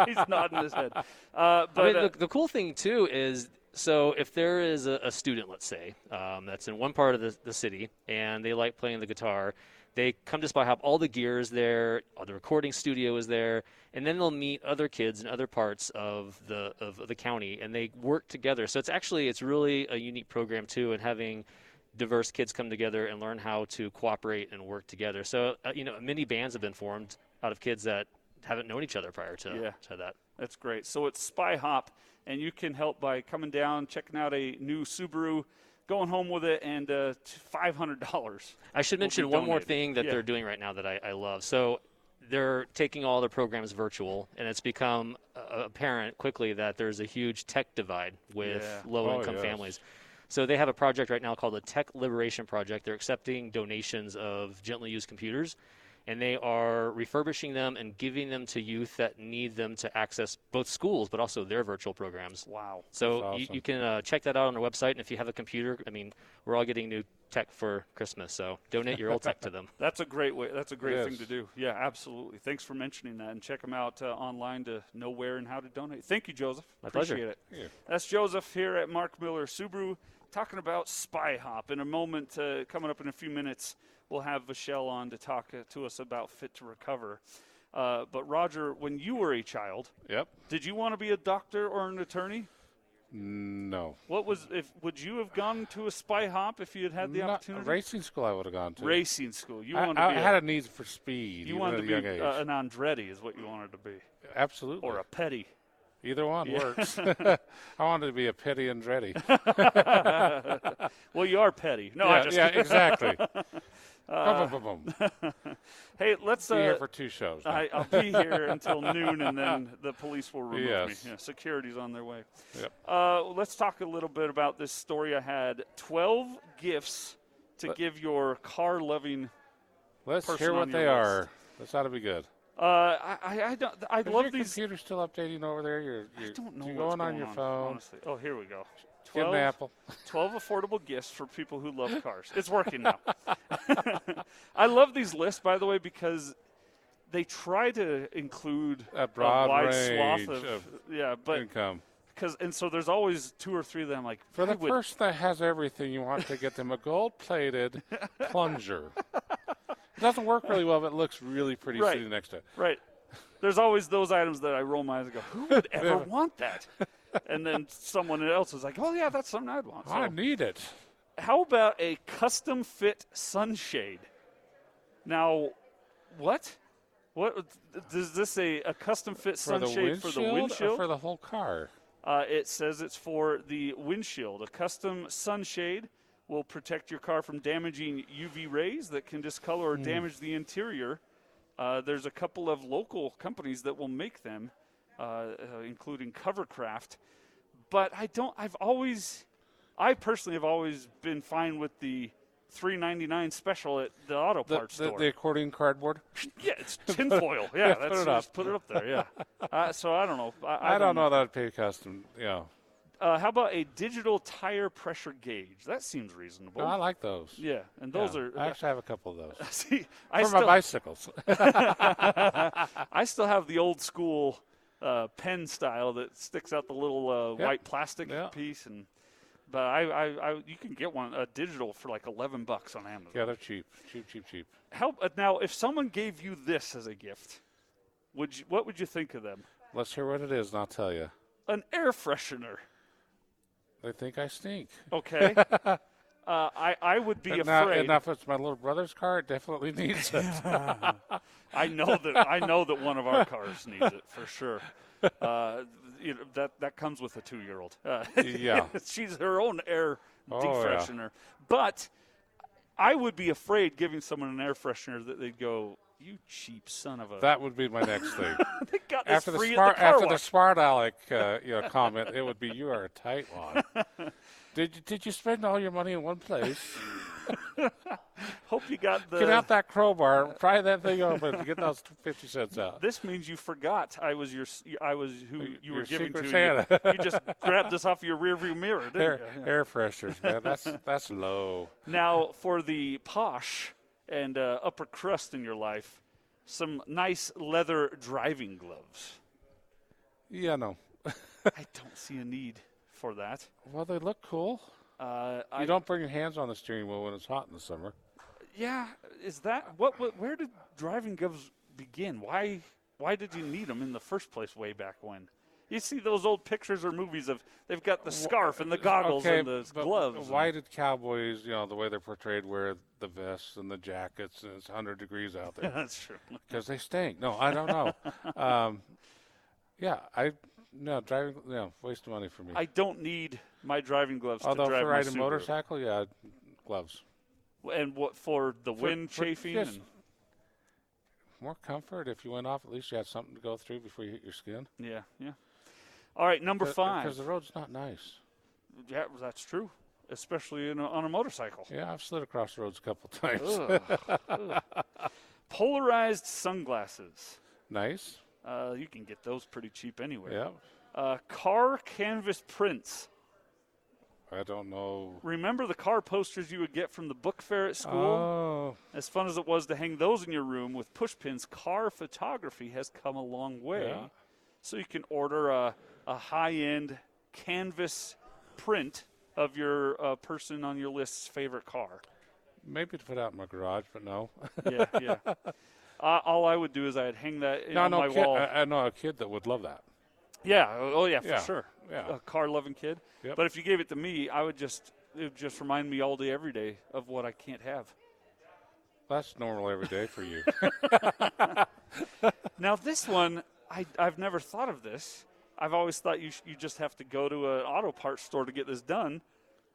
He's nodding his head. Uh, but
I mean,
uh,
the, the cool thing too is so if there is a, a student, let's say, um, that's in one part of the, the city and they like playing the guitar, they come to Spy Hop. All the gear is there, all the recording studio is there, and then they'll meet other kids in other parts of the of the county, and they work together. So it's actually it's really a unique program too, and having diverse kids come together and learn how to cooperate and work together. So uh, you know, many bands have been formed out of kids that haven't known each other prior to,
Yeah.
to that.
That's great. So it's Spy Hop, and you can help by coming down, checking out a new Subaru, going home with it, and uh, five hundred dollars.
I should
will be
mention one more
donated.
thing that
Yeah.
they're doing right now that I, I love. So they're taking all their programs virtual, and it's become uh, apparent quickly that there's a huge tech divide with
Yeah. Oh,
low income
yes.
families. So they have a project right now called the Tech Liberation Project. They're accepting donations of gently used computers, and they are refurbishing them and giving them to youth that need them to access both schools, but also their virtual programs.
Wow.
So
That's
you,
awesome.
you can uh, check that out on our website. And if you have a computer, I mean, we're all getting new tech for Christmas. So donate your old tech to them.
That's a great way. That's a great thing
is.
to do. Yeah, absolutely. Thanks for mentioning that, and check them out uh, online to know where and how to donate. Thank you, Joseph.
My pleasure.
Appreciate it. That's Joseph here at Mark Miller Subaru talking about Spy Hop. In a moment, uh, coming up in a few minutes, we'll have Michelle on to talk uh, to us about Fit to Recover. Uh, but Roger, when you were a child,
Yep.
did you want to be a doctor or an attorney?
No.
What was if would you have gone to a Spy Hop if you had had the
Not-
opportunity?
racing school I would have gone to.
Racing school. You
I,
wanted
I
to be
had
a-
a need for speed.
you
even
wanted
at
to
a
be
young age.
uh, an Andretti, is what you wanted to be,
Absolutely.
or a Petty.
Either one works. I wanted to be a Petty Andretti.
Well, you are Petty. No, Oh, I
yeah,
just.
yeah, exactly. boom, boom, boom, boom.
Hey, let's.
Be
uh,
here for two shows. now.
I, I'll be here until noon, and then the police will remove
Yes.
me. Yeah, security's on their way.
Yep.
Uh, let's talk a little bit about this story I had. Twelve gifts to give your car-loving.
Let's
person
hear
on
what
your
they
list.
are. This ought to be good.
Uh, I, I, I don't. I
Is
love
your
these.
computer still updating over there? You're,
I
you're
don't know
you're
what's
going on your phone.
Honestly. Oh, here we go.
Give 'em
12,
an apple.
12 affordable gifts for people who love cars. It's working now. I love these lists, by the way, because they try to include
A broad
wide
range
swath of,
of
yeah, but
Income.
because and so there's always two or three that I'm like
For
I
the
would-
person that has everything, you want to get them a gold-plated plunger. It doesn't work really well, but it looks really pretty
Right.
sitting next to it.
right. There's always those items that I roll my eyes and go, who would ever want that? And then someone else is like, oh yeah, that's something I'd want.
I
So-
need it.
how about a custom fit sunshade? Now, what? What does this say? A custom fit
For the
sunshade for the
or
windshield?
for the whole car.
uh, it says it's for the windshield. A custom sunshade will protect your car from damaging UV rays that can discolor
Hmm.
or damage the interior. Uh, there's a couple of local companies that will make them, uh, uh, including Covercraft. But I don't. I've always, I personally have always been fine with the three ninety nine special at the auto
The,
parts
the,
store.
the accordion cardboard.
yeah, it's tinfoil. Yeah, that's
it
just
up.
put it up there. Yeah. uh, so I don't know. I, I,
I don't know that I'd pay custom. Yeah,
Uh, how about a digital tire pressure gauge? That seems reasonable.
no, Oh, I like those.
yeah, and
Yeah.
those are.
I actually have a couple of those
see, I
for my
still,
bicycles.
I still have the old school uh, pen style that sticks out the little uh,
Yeah.
white plastic
Yeah.
piece, and but I, I, I, you can get one uh, digital for like eleven bucks on Amazon.
yeah, they're cheap, cheap, cheap, cheap.
How uh, now? If someone gave you this as a gift, would you, what would you think of them?
Let's hear what it is, and I'll tell you.
An air freshener.
They think I stink.
Okay. uh, I I would be
and, now,
afraid.
and now if it's my little brother's car, it definitely needs it.
I know that I know that one of our cars needs it for sure. Uh, you know that that comes with a two-year-old. Uh,
Yeah.
she's her own air
Oh, yeah.
defreshener. But I would be afraid giving someone an air freshener that they'd go, "You cheap son of a."
that would be my next thing.
they got this
after the
free at
smart
the car
after the
wash.
smart aleck uh, you know, comment, it would be you are a tight one. did you, did you spend all your money in one place?
Hope you got the.
Get out that crowbar, pry that thing open, and get those fifty cents out.
This means you forgot I was your s- I was who you
your
were giving
secret
to.
Santa.
You, you just grabbed this off your rearview mirror, didn't
Air,
you?
air fresheners, man. That's that's low.
Now, for the posh and uh, upper crust in your life, some nice leather driving gloves.
Yeah, no.
I don't see a need for that.
Well, they look cool.
Uh,
You
I,
don't bring your hands on the steering wheel when it's hot in the summer.
yeah, is that what, what? Where did driving gloves begin? Why? Why did you need them in the first place? Way back when. You see those old pictures or movies of they've got the scarf and the goggles
okay,
and the
but
gloves.
Why
and-
did cowboys, you know, the way they're portrayed, wear the vests and the jackets and it's 100 degrees out there?
That's true.
because they stink. No, I don't know. um, yeah, I no driving. No, waste of money for me.
I don't need my driving gloves
Although
to drive
for
my
riding
Subaru.
motorcycle, yeah, gloves.
and what for the wind
for
chafing
just-
and
More comfort if you went off. At least you had something to go through before you hit your skin.
Yeah, yeah. All right, number
because
five.
the road's not nice.
Yeah, that's true, especially in a, on a motorcycle.
Yeah, I've slid across the roads a couple times.
Ugh, ugh. Polarized sunglasses.
nice.
Uh, you can get those pretty cheap anywhere.
Yeah.
Uh, car canvas prints.
I don't know.
Remember the car posters you would get from the book fair at school?
Oh,
As fun as it was to hang those in your room with push pins, car photography has come a long way.
Yeah.
So you can order a, a high end canvas print of your uh, person on your list's favorite car.
maybe to put out in my garage, but no.
yeah, yeah. Uh, all I would do is I'd hang that in
no,
on
no Uh,
my
kid.
wall.
I, I know a kid that would love that.
yeah. Oh, yeah. For
Yeah,
sure.
yeah.
A car loving kid.
Yep.
But if you gave it to me, I would just it would just remind me all day, every day of what I can't have.
That's normal every day for you.
Now this one, I I've never thought of this. I've always thought you sh- you just have to go to an auto parts store to get this done.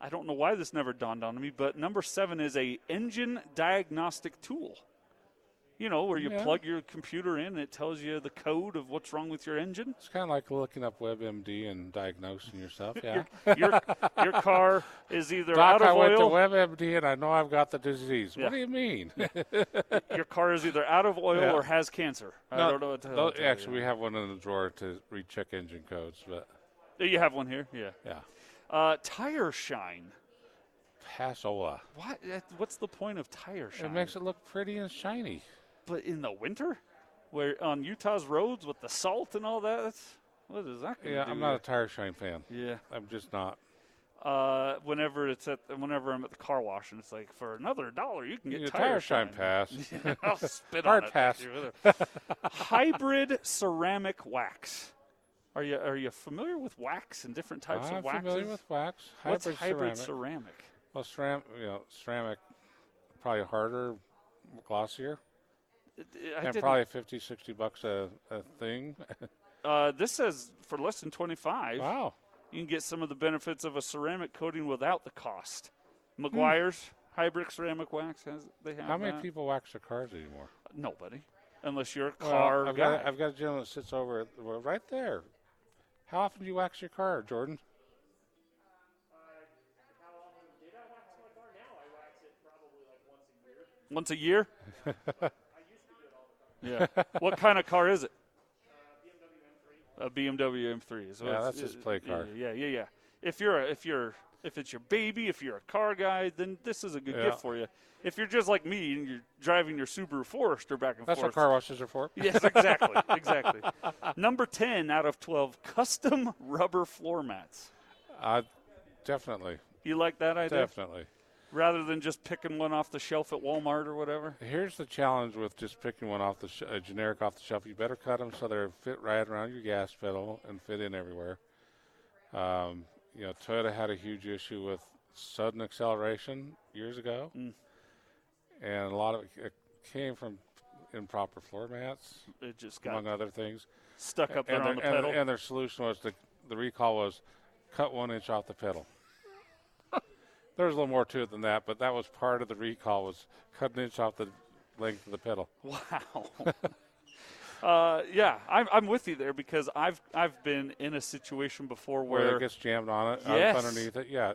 I don't know why this never dawned on me, but number seven is a engine diagnostic tool. You know, where you
Yeah.
plug your computer in and it tells you the code of what's wrong with your engine.
It's kind of like looking up WebMD and diagnosing yourself. Yeah.
your your car is either
Doc,
out
I
of
went to
oil.
WebMD and I know I've got the disease.
Yeah.
What do you mean?
Your car is either out of oil
Yeah.
or has cancer. I don't know what to
tho-
what to tell
actually, we have one in the drawer to recheck engine codes, but
you. You have one here. Yeah.
yeah.
Uh, tire shine.
Passola.
What? that- What's the point of tire shine?
It makes it look pretty and shiny.
but in the winter, where on Utah's roads with the salt and all that. That's, what is that going to
Yeah,
do?
I'm not a tire shine fan.
yeah.
I'm just not.
Uh, whenever it's at, whenever I'm at the car wash and it's like for another dollar you can get
Your
tire,
tire shine pass.
I'll spit
Hard
on it.
pass.
Hybrid ceramic wax. Are you are you familiar with wax and different types
I'm
of waxes?
familiar with wax.
What's
Hybrid,
hybrid
ceramic.
ceramic?
well, ceram- you know, ceramic, probably harder, glossier,
I
and
didn't-
probably 50, 60 bucks a, a thing.
uh, this says for less than twenty five,
wow.
you can get some of the benefits of a ceramic coating without the cost. McGuire's hybrid ceramic wax has they have
Hmm. How many
that?
people wax their cars anymore?
Nobody, unless you're a
Well,
car
I've
guy.
got, I've got a gentleman that sits over at- well, right there. How often do you wax your car, Jordan?
How often did I wax my car? Now I wax it probably
Once a year? yeah. What kind of car is it? A BMW M3. So
Yeah,
it's- uh,
that's his play
yeah,
car.
Yeah, yeah, yeah. If you're a, if you're if it's your baby, if you're a car guy, then this is a good
Yeah.
gift for you. If you're just like me and you're driving your Subaru Forester back and
That's
forth,
what car washes are for.
Yes, exactly, exactly. Number ten out of twelve: custom rubber floor mats.
Uh, definitely,
You like that idea?
definitely.
Rather than just picking one off the shelf at Walmart or whatever.
Here's the challenge with just picking one off the sh- a generic off the shelf. You better cut them so they fit right around your gas pedal and fit in everywhere. Um, you know, Toyota had a huge issue with sudden acceleration years ago, and a lot of it, it came from improper floor mats,
It just got
among other things.
stuck up there
uh, and,
on the
their, and-
pedal.
and their solution was the the recall was cut one inch off the pedal. There's a little more to it than that, but that was part of the recall was cut an inch off the length of the pedal.
Wow. uh, yeah, I'm, I'm with you there because I've I've been in a situation before
Where,
where
it gets jammed on it,
Yes.
up underneath it, yeah.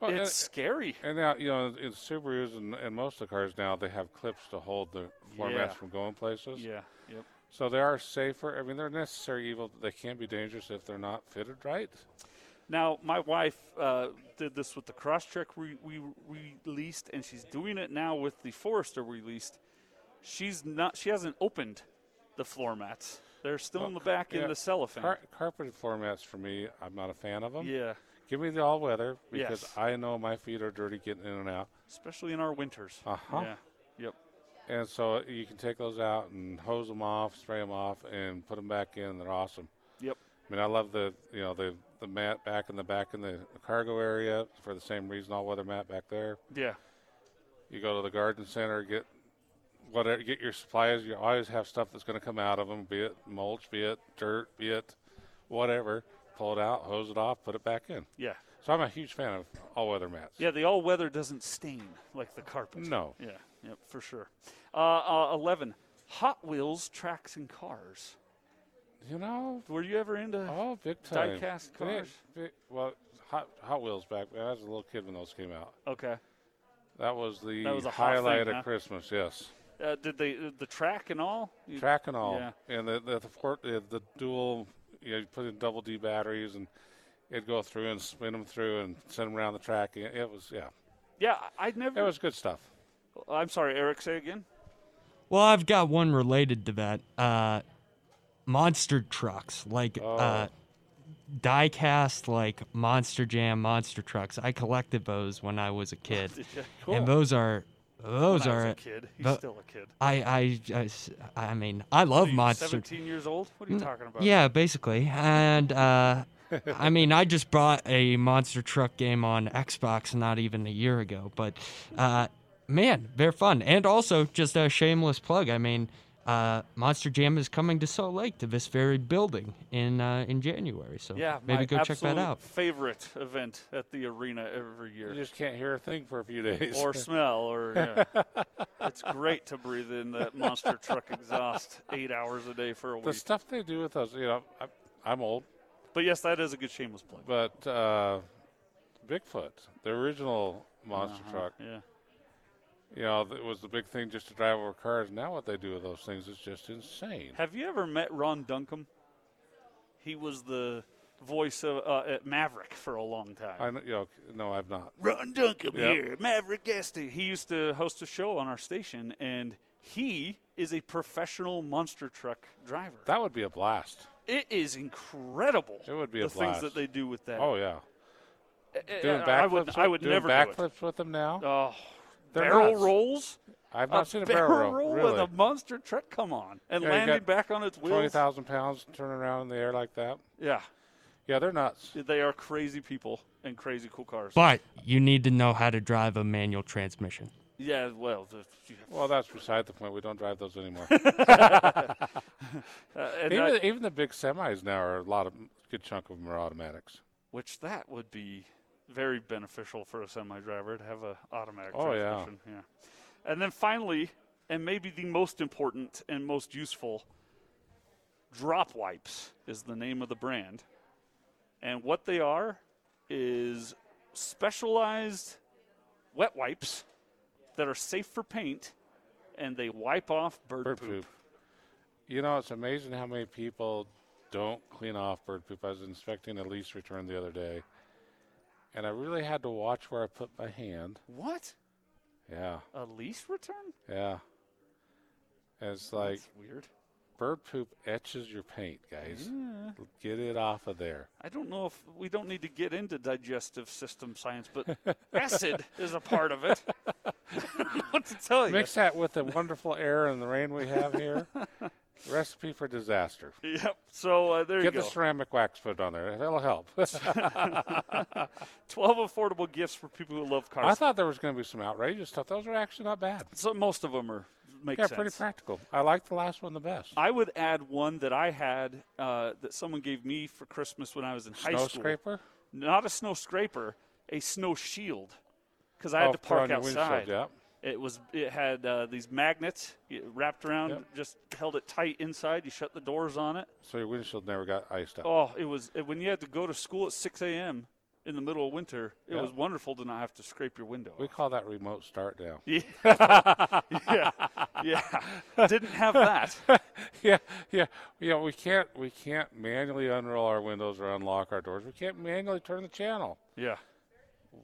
Well,
it's scary.
and, and now you know in Subarus and, and most of the cars now they have clips to hold the floor
Yeah.
mats from going places.
Yeah. Yep.
So they are safer. I mean, they're necessary evil. They can be dangerous if they're not fitted right.
Now, my wife uh, did this with the Crosstrek we, we released, and she's doing it now with the Forester released. She's not. She hasn't opened the floor mats. They're still in the back
Yeah.
in the cellophane.
Car- carpeted floor mats for me, I'm not a fan of them.
yeah,
Give me the all weather because
Yes.
I know my feet are dirty getting in and out.
especially in our winters.
Uh-huh.
Yeah. Yep.
And so you can take those out and hose them off, spray them off, and put them back in. They're awesome.
Yep.
I mean, I love the you know the the mat back in the back in the cargo area for the same reason all weather mat back there.
Yeah.
You go to the garden center get whatever get your supplies. You always have stuff that's going to come out of them, be it mulch, be it dirt, be it whatever. Pull it out, hose it off, put it back in.
Yeah.
So I'm a huge fan of all weather mats.
Yeah. The all weather doesn't stain like the carpet.
No.
Yeah. Yep. For sure. Uh, uh, Eleven. Hot Wheels tracks and cars.
You know,
Were you ever into?
Oh, big time!
Diecast
They-
cars.
they- well, Hot Hot Wheels back. when I was a little kid when those came out.
Okay.
That was the
That was a hot
highlight
thing,
of
huh?
Christmas. Yes,
Uh, did they the track and all? You-
track and all,
Yeah.
and the the, the, four, the the dual. You, know, you put in double D batteries, and it'd go through and spin them through and send them around the track. It, it was yeah,
Yeah, I I'd never.
it was good stuff.
I'm sorry, Eric. Say again.
Well, I've got one related to that. Uh, monster trucks, like
Oh.
uh, diecast, like Monster Jam monster trucks. I collected those when I was a kid, and those are those
When I
are.
was a kid. He's
tho-
still a kid.
I, I- I s- I mean, I love
He's
monster.
17 years old. What are you talking about?
Yeah, basically, and uh, I mean, I just bought a monster truck game on Xbox not even a year ago, but uh, man, they're fun. And also, just a shameless plug. I mean, uh, Monster Jam is coming to Salt Lake to this very building in uh, in January, so
Yeah,
maybe
my
go check
absolute
that out.
Favorite event at the arena every
You
year,
just can't hear a thing for a few days.
or smell, or yeah. it's great to breathe in that monster truck exhaust eight hours a day for a
the
week.
stuff they do with those, you know, I, I'm old,
But yes, that is a good shameless plug.
but uh, Bigfoot, the original monster
Uh-huh.
truck,
Yeah,
you know, it was the big thing just to drive over cars. Now what they do with those things is just insane.
have you ever met Ron Duncombe? He was the voice of uh, at Maverick for a long time.
I know, you know, no, I've not.
Ron Duncan
Yep.
here, Maverick Gaston. He used to host a show on our station, and he is a professional monster truck driver.
That would be a blast.
it is incredible.
It would be a
the
blast.
things that they do with that.
Oh yeah,
Eh,
doing
eh,
backflips.
I would, I
with-
would
doing
never do it.
backflips with them now.
Oh,
They're
barrel
nuts.
rolls.
I've not seen a
barrel, roll
really.
with a monster truck. Come on, and
Yeah, you
landing
got
back on its
Twenty
wheels.
thousand pounds turning around in the air like that.
Yeah,
Yeah, they're nuts.
they are crazy people and crazy cool cars.
But you need to know how to drive a manual transmission.
yeah, well, the, you
Well, that's beside the point. We don't drive those anymore.
uh, and
even,
I-
the, even the big semis now are a lot of good chunk of them are automatics.
which that would be very beneficial for a semi driver to have a automatic
Oh, yeah.
transmission. Yeah. And then finally, and maybe the most important and most useful, Drop Wipes is the name of the brand. And what they are is specialized wet wipes that are safe for paint and they wipe off bird,
Bird
poop.
poop. You know, it's amazing how many people don't clean off bird poop. I was inspecting a lease return the other day, and I really had to watch where I put my hand.
What?
Yeah,
A lease return?
yeah. And it's like
That's weird.
bird poop etches your paint, guys. Get it off of there.
I don't know if we don't need to get into digestive system science, but acid is a part of it. I don't know what to tell you.
Mix that with the wonderful air and the rain we have here. Recipe for disaster.
Yep. So uh, there
Get
you
the
go.
ceramic wax put on there. That'll help.
Twelve affordable gifts for people who love cars.
I thought there was going to be some outrageous stuff. Those are actually not bad.
so most of them are make
Yeah,
sense.
pretty practical. I like the last one the best.
I would add one that I had uh, that someone gave me for Christmas when I was in high
Snow
school.
scraper.
Not a snow scraper, a snow shield, because I had
Oh,
to
put on
park
your windshield,
outside.
yeah.
It was it had uh, these magnets it wrapped around,
Yep.
just held it tight inside. You shut the doors on it.
So your windshield never got iced up.
Oh, it was it, when you had to go to school at 6 a.m. in the middle of winter. It
Yeah.
was wonderful to not have to scrape your window.
We call that remote start now.
yeah, yeah, yeah. Didn't have that.
yeah, yeah, yeah. We can't we can't manually unroll our windows or unlock our doors. We can't manually turn the channel.
Yeah.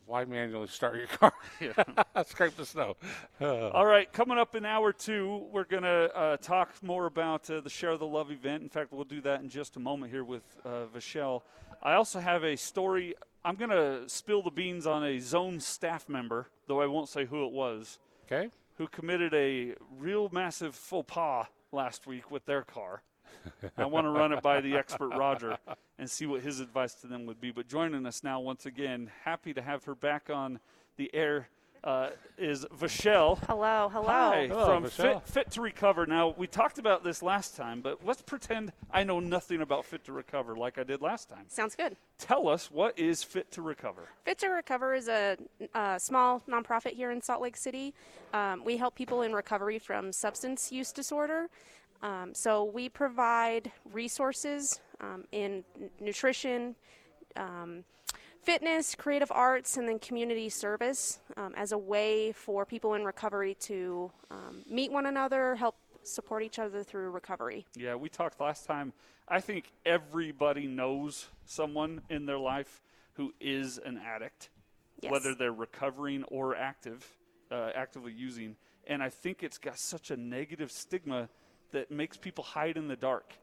Why manually start your car? Scrape the snow. Uh,
All right, coming up in hour two, we're going to uh, talk more about uh, the Share the Love event. In fact, we'll do that in just a moment here with uh, Vachelle. I also have a story. I'm going to spill the beans on a zone staff member, though I won't say who it was,
okay.
who committed a real massive faux pas last week with their car. I want to run it by the expert Roger and see what his advice to them would be. But joining us now once again, happy to have her back on the air, uh, is Vachelle.
Hello, hello.
Hi,
Hello,
from
Michelle.
fit, fit to Recover. Now, we talked about this last time, but let's pretend I know nothing about Fit to Recover like I did last time.
Sounds good.
Tell us, what is Fit to Recover?
Fit to Recover is a, a small nonprofit here in Salt Lake City. Um, we help people in recovery from substance use disorder. Um, so we provide resources um, in n- nutrition, um, fitness, creative arts, and then community service um, as a way for people in recovery to um, meet one another, help support each other through recovery.
Yeah, we talked last time. I think everybody knows someone in their life who is an addict,
Yes.
whether they're recovering or active, uh, actively using. And I think it's got such a negative stigma that makes people hide in the dark.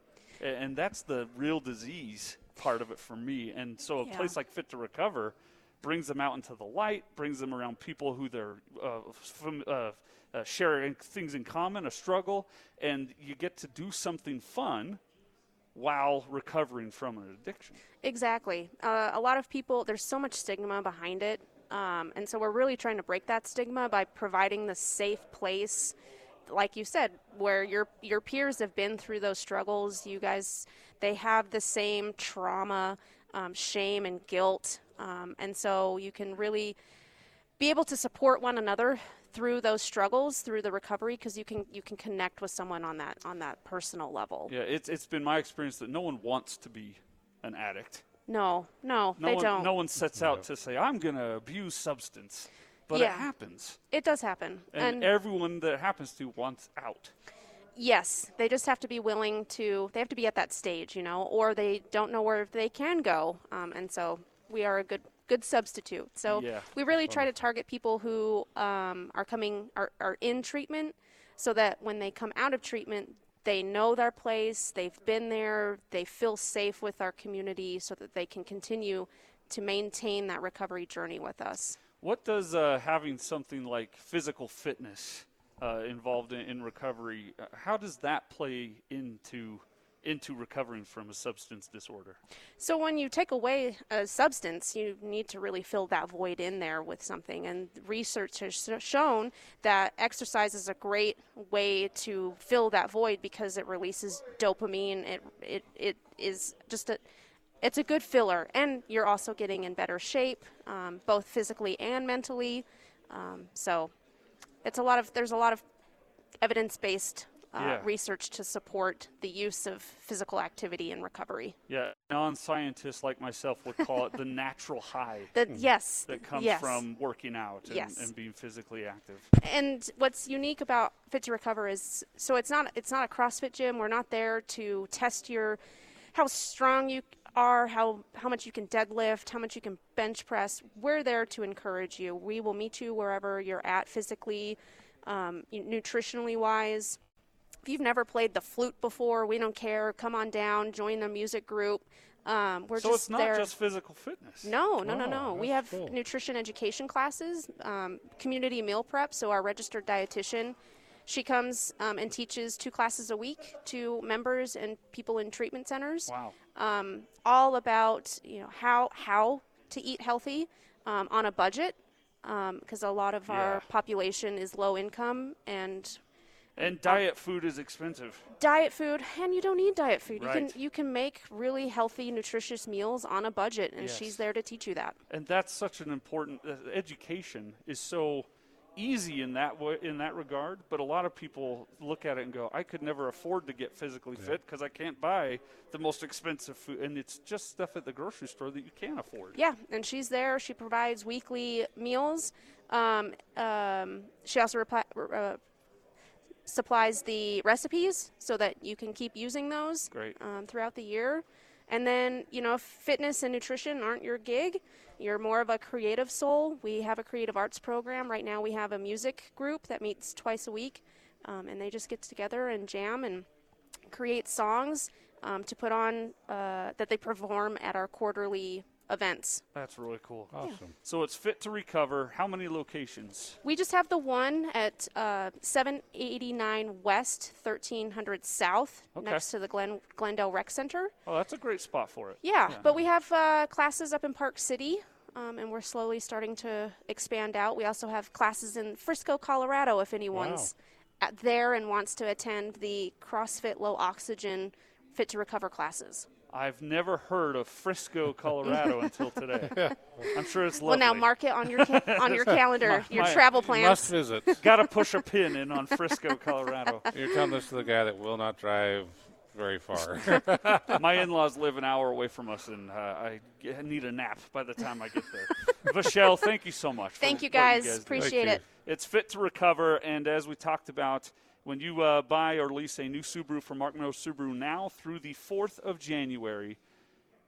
A- And that's the real disease part of it for me. And so a
Yeah.
place like Fit to Recover brings them out into the light, brings them around people who they're uh, fam- uh, uh, sharing things in common, a struggle, and you get to do something fun while recovering from an addiction.
Exactly. Uh, a lot of people, there's so much stigma behind it. Um, and so we're really trying to break that stigma by providing the safe place, like you said, where your your peers have been through those struggles. You guys, they have the same trauma, um, shame, and guilt. Um, and so you can really be able to support one another through those struggles, through the recovery, because you can you can connect with someone on that on that personal level.
Yeah, it's, it's been my experience that no one wants to be an addict.
No, no,
No
they
one,
don't.
No one sets out to say, I'm going to abuse substance. But it
Yeah.
happens.
It does happen.
And,
And-
everyone that it happens to wants out.
Yes, they just have to be willing to. They have to be at that stage, you know, or they don't know where they can go, um, and so we are a good good substitute. So
Yeah,
we really try to target people who um, are coming are, are in treatment, so that when they come out of treatment, they know their place, they've been there, they feel safe with our community, so that they can continue to maintain that recovery journey with us.
What does uh, having something like physical fitness uh, involved in, in recovery? uh, How does that play into into recovering from a substance disorder?
So when you take away a substance, you need to really fill that void in there with something. And research has sh- shown that exercise is a great way to fill that void because it releases dopamine. It it, it is just a it's a good filler, and you're also getting in better shape, um, both physically and mentally. Um, so it's a lot of there's a lot of evidence based uh,
Yeah.
research to support the use of physical activity in recovery.
Yeah, non-scientists like myself would call it the natural high
The, yes,
Hmm. that comes
yes.
from working out and,
Yes.
and being physically active.
And what's unique about Fit to Recover is so it's not it's not a CrossFit gym. We're not there to test your how strong you are, how how much you can deadlift, how much you can bench press. We're there to encourage you. We will meet you wherever you're at physically, um, you- nutritionally wise. If you've never played the flute before, we don't care. Come on down, join the music group. Um, we're
So
just
it's not
there.
just physical fitness.
No, no,
Oh,
no,
Wow,
no. We have
that's cool.
nutrition education classes, um, community meal prep. So our registered dietitian, she comes um, and teaches two classes a week to members and people in treatment centers.
Wow.
Um, all about you know how how to eat healthy um, on a budget, because a lot of
Yeah.
our population is low income and Uh,
And diet food is expensive.
diet food and you don't need diet food you
Right.
can you can make really healthy nutritious meals on a budget and
Yes.
she's there to teach you that
and that's such an important uh, education is so easy in that way in that regard but a lot of people look at it and go i could never afford to get physically fit because i can't buy the most expensive food and it's just stuff at the grocery store that you can't afford
Yeah, and she's there. She provides weekly meals. Um, um, she also repli- r- uh, supplies the recipes so that you can keep using those
Great.
Um, throughout the year. And then, you know, if fitness and nutrition aren't your gig, you're more of a creative soul. We have a creative arts program. Right now, we have a music group that meets twice a week, um, and they just get together and jam and create songs um, to put on uh, that they perform at our quarterly events.
that's really cool
uh,
Awesome.
so it's fit to recover how many locations
We just have the one at uh, 789 West, 1300 South,
Okay.
next to the Glen- Glendale Rec Center.
oh that's a great spot for it
Yeah, but we have uh, classes up in Park City, um, and we're slowly starting to expand out. We also have classes in Frisco, Colorado, if anyone's at there and wants to attend the CrossFit Low Oxygen Fit to Recover classes.
i've never heard of frisco colorado until today i'm sure it's
Well,
lovely.
now mark it on your ca- on your calendar, your
my-
travel
Must
plans.
visit.
gotta push a pin in on frisco colorado
You're telling this to the guy that will not drive very far.
My in-laws live an hour away from us, and uh, I g- need a nap by the time I get there. Michelle, thank you so much. for
Thank you
what
guys.
do.
Appreciate
you.
it.
It's fit to recover, and as we talked about, when you uh, buy or lease a new Subaru from Mark Miller Subaru now through the fourth of January,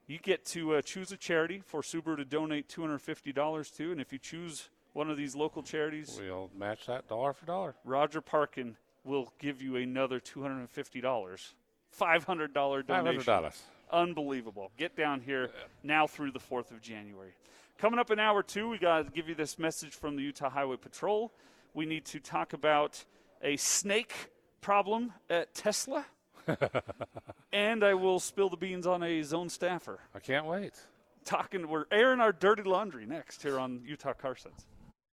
you get to uh, choose a charity for Subaru to donate two hundred fifty dollars to, and if you choose one of these local charities,
we'll match that dollar for dollar.
Roger Parkin will give you another two hundred and fifty dollars. Five hundred dollar
Five
donation.
hundred dollars.
Unbelievable. Get down here now through the 4th of January. Coming up in hour two, we got to give you this message from the Utah Highway Patrol. We need to talk about a snake problem at Tesla. and I will spill the beans on a zone staffer.
I can't wait.
Talking, we're airing our dirty laundry next here on Utah Car Sense.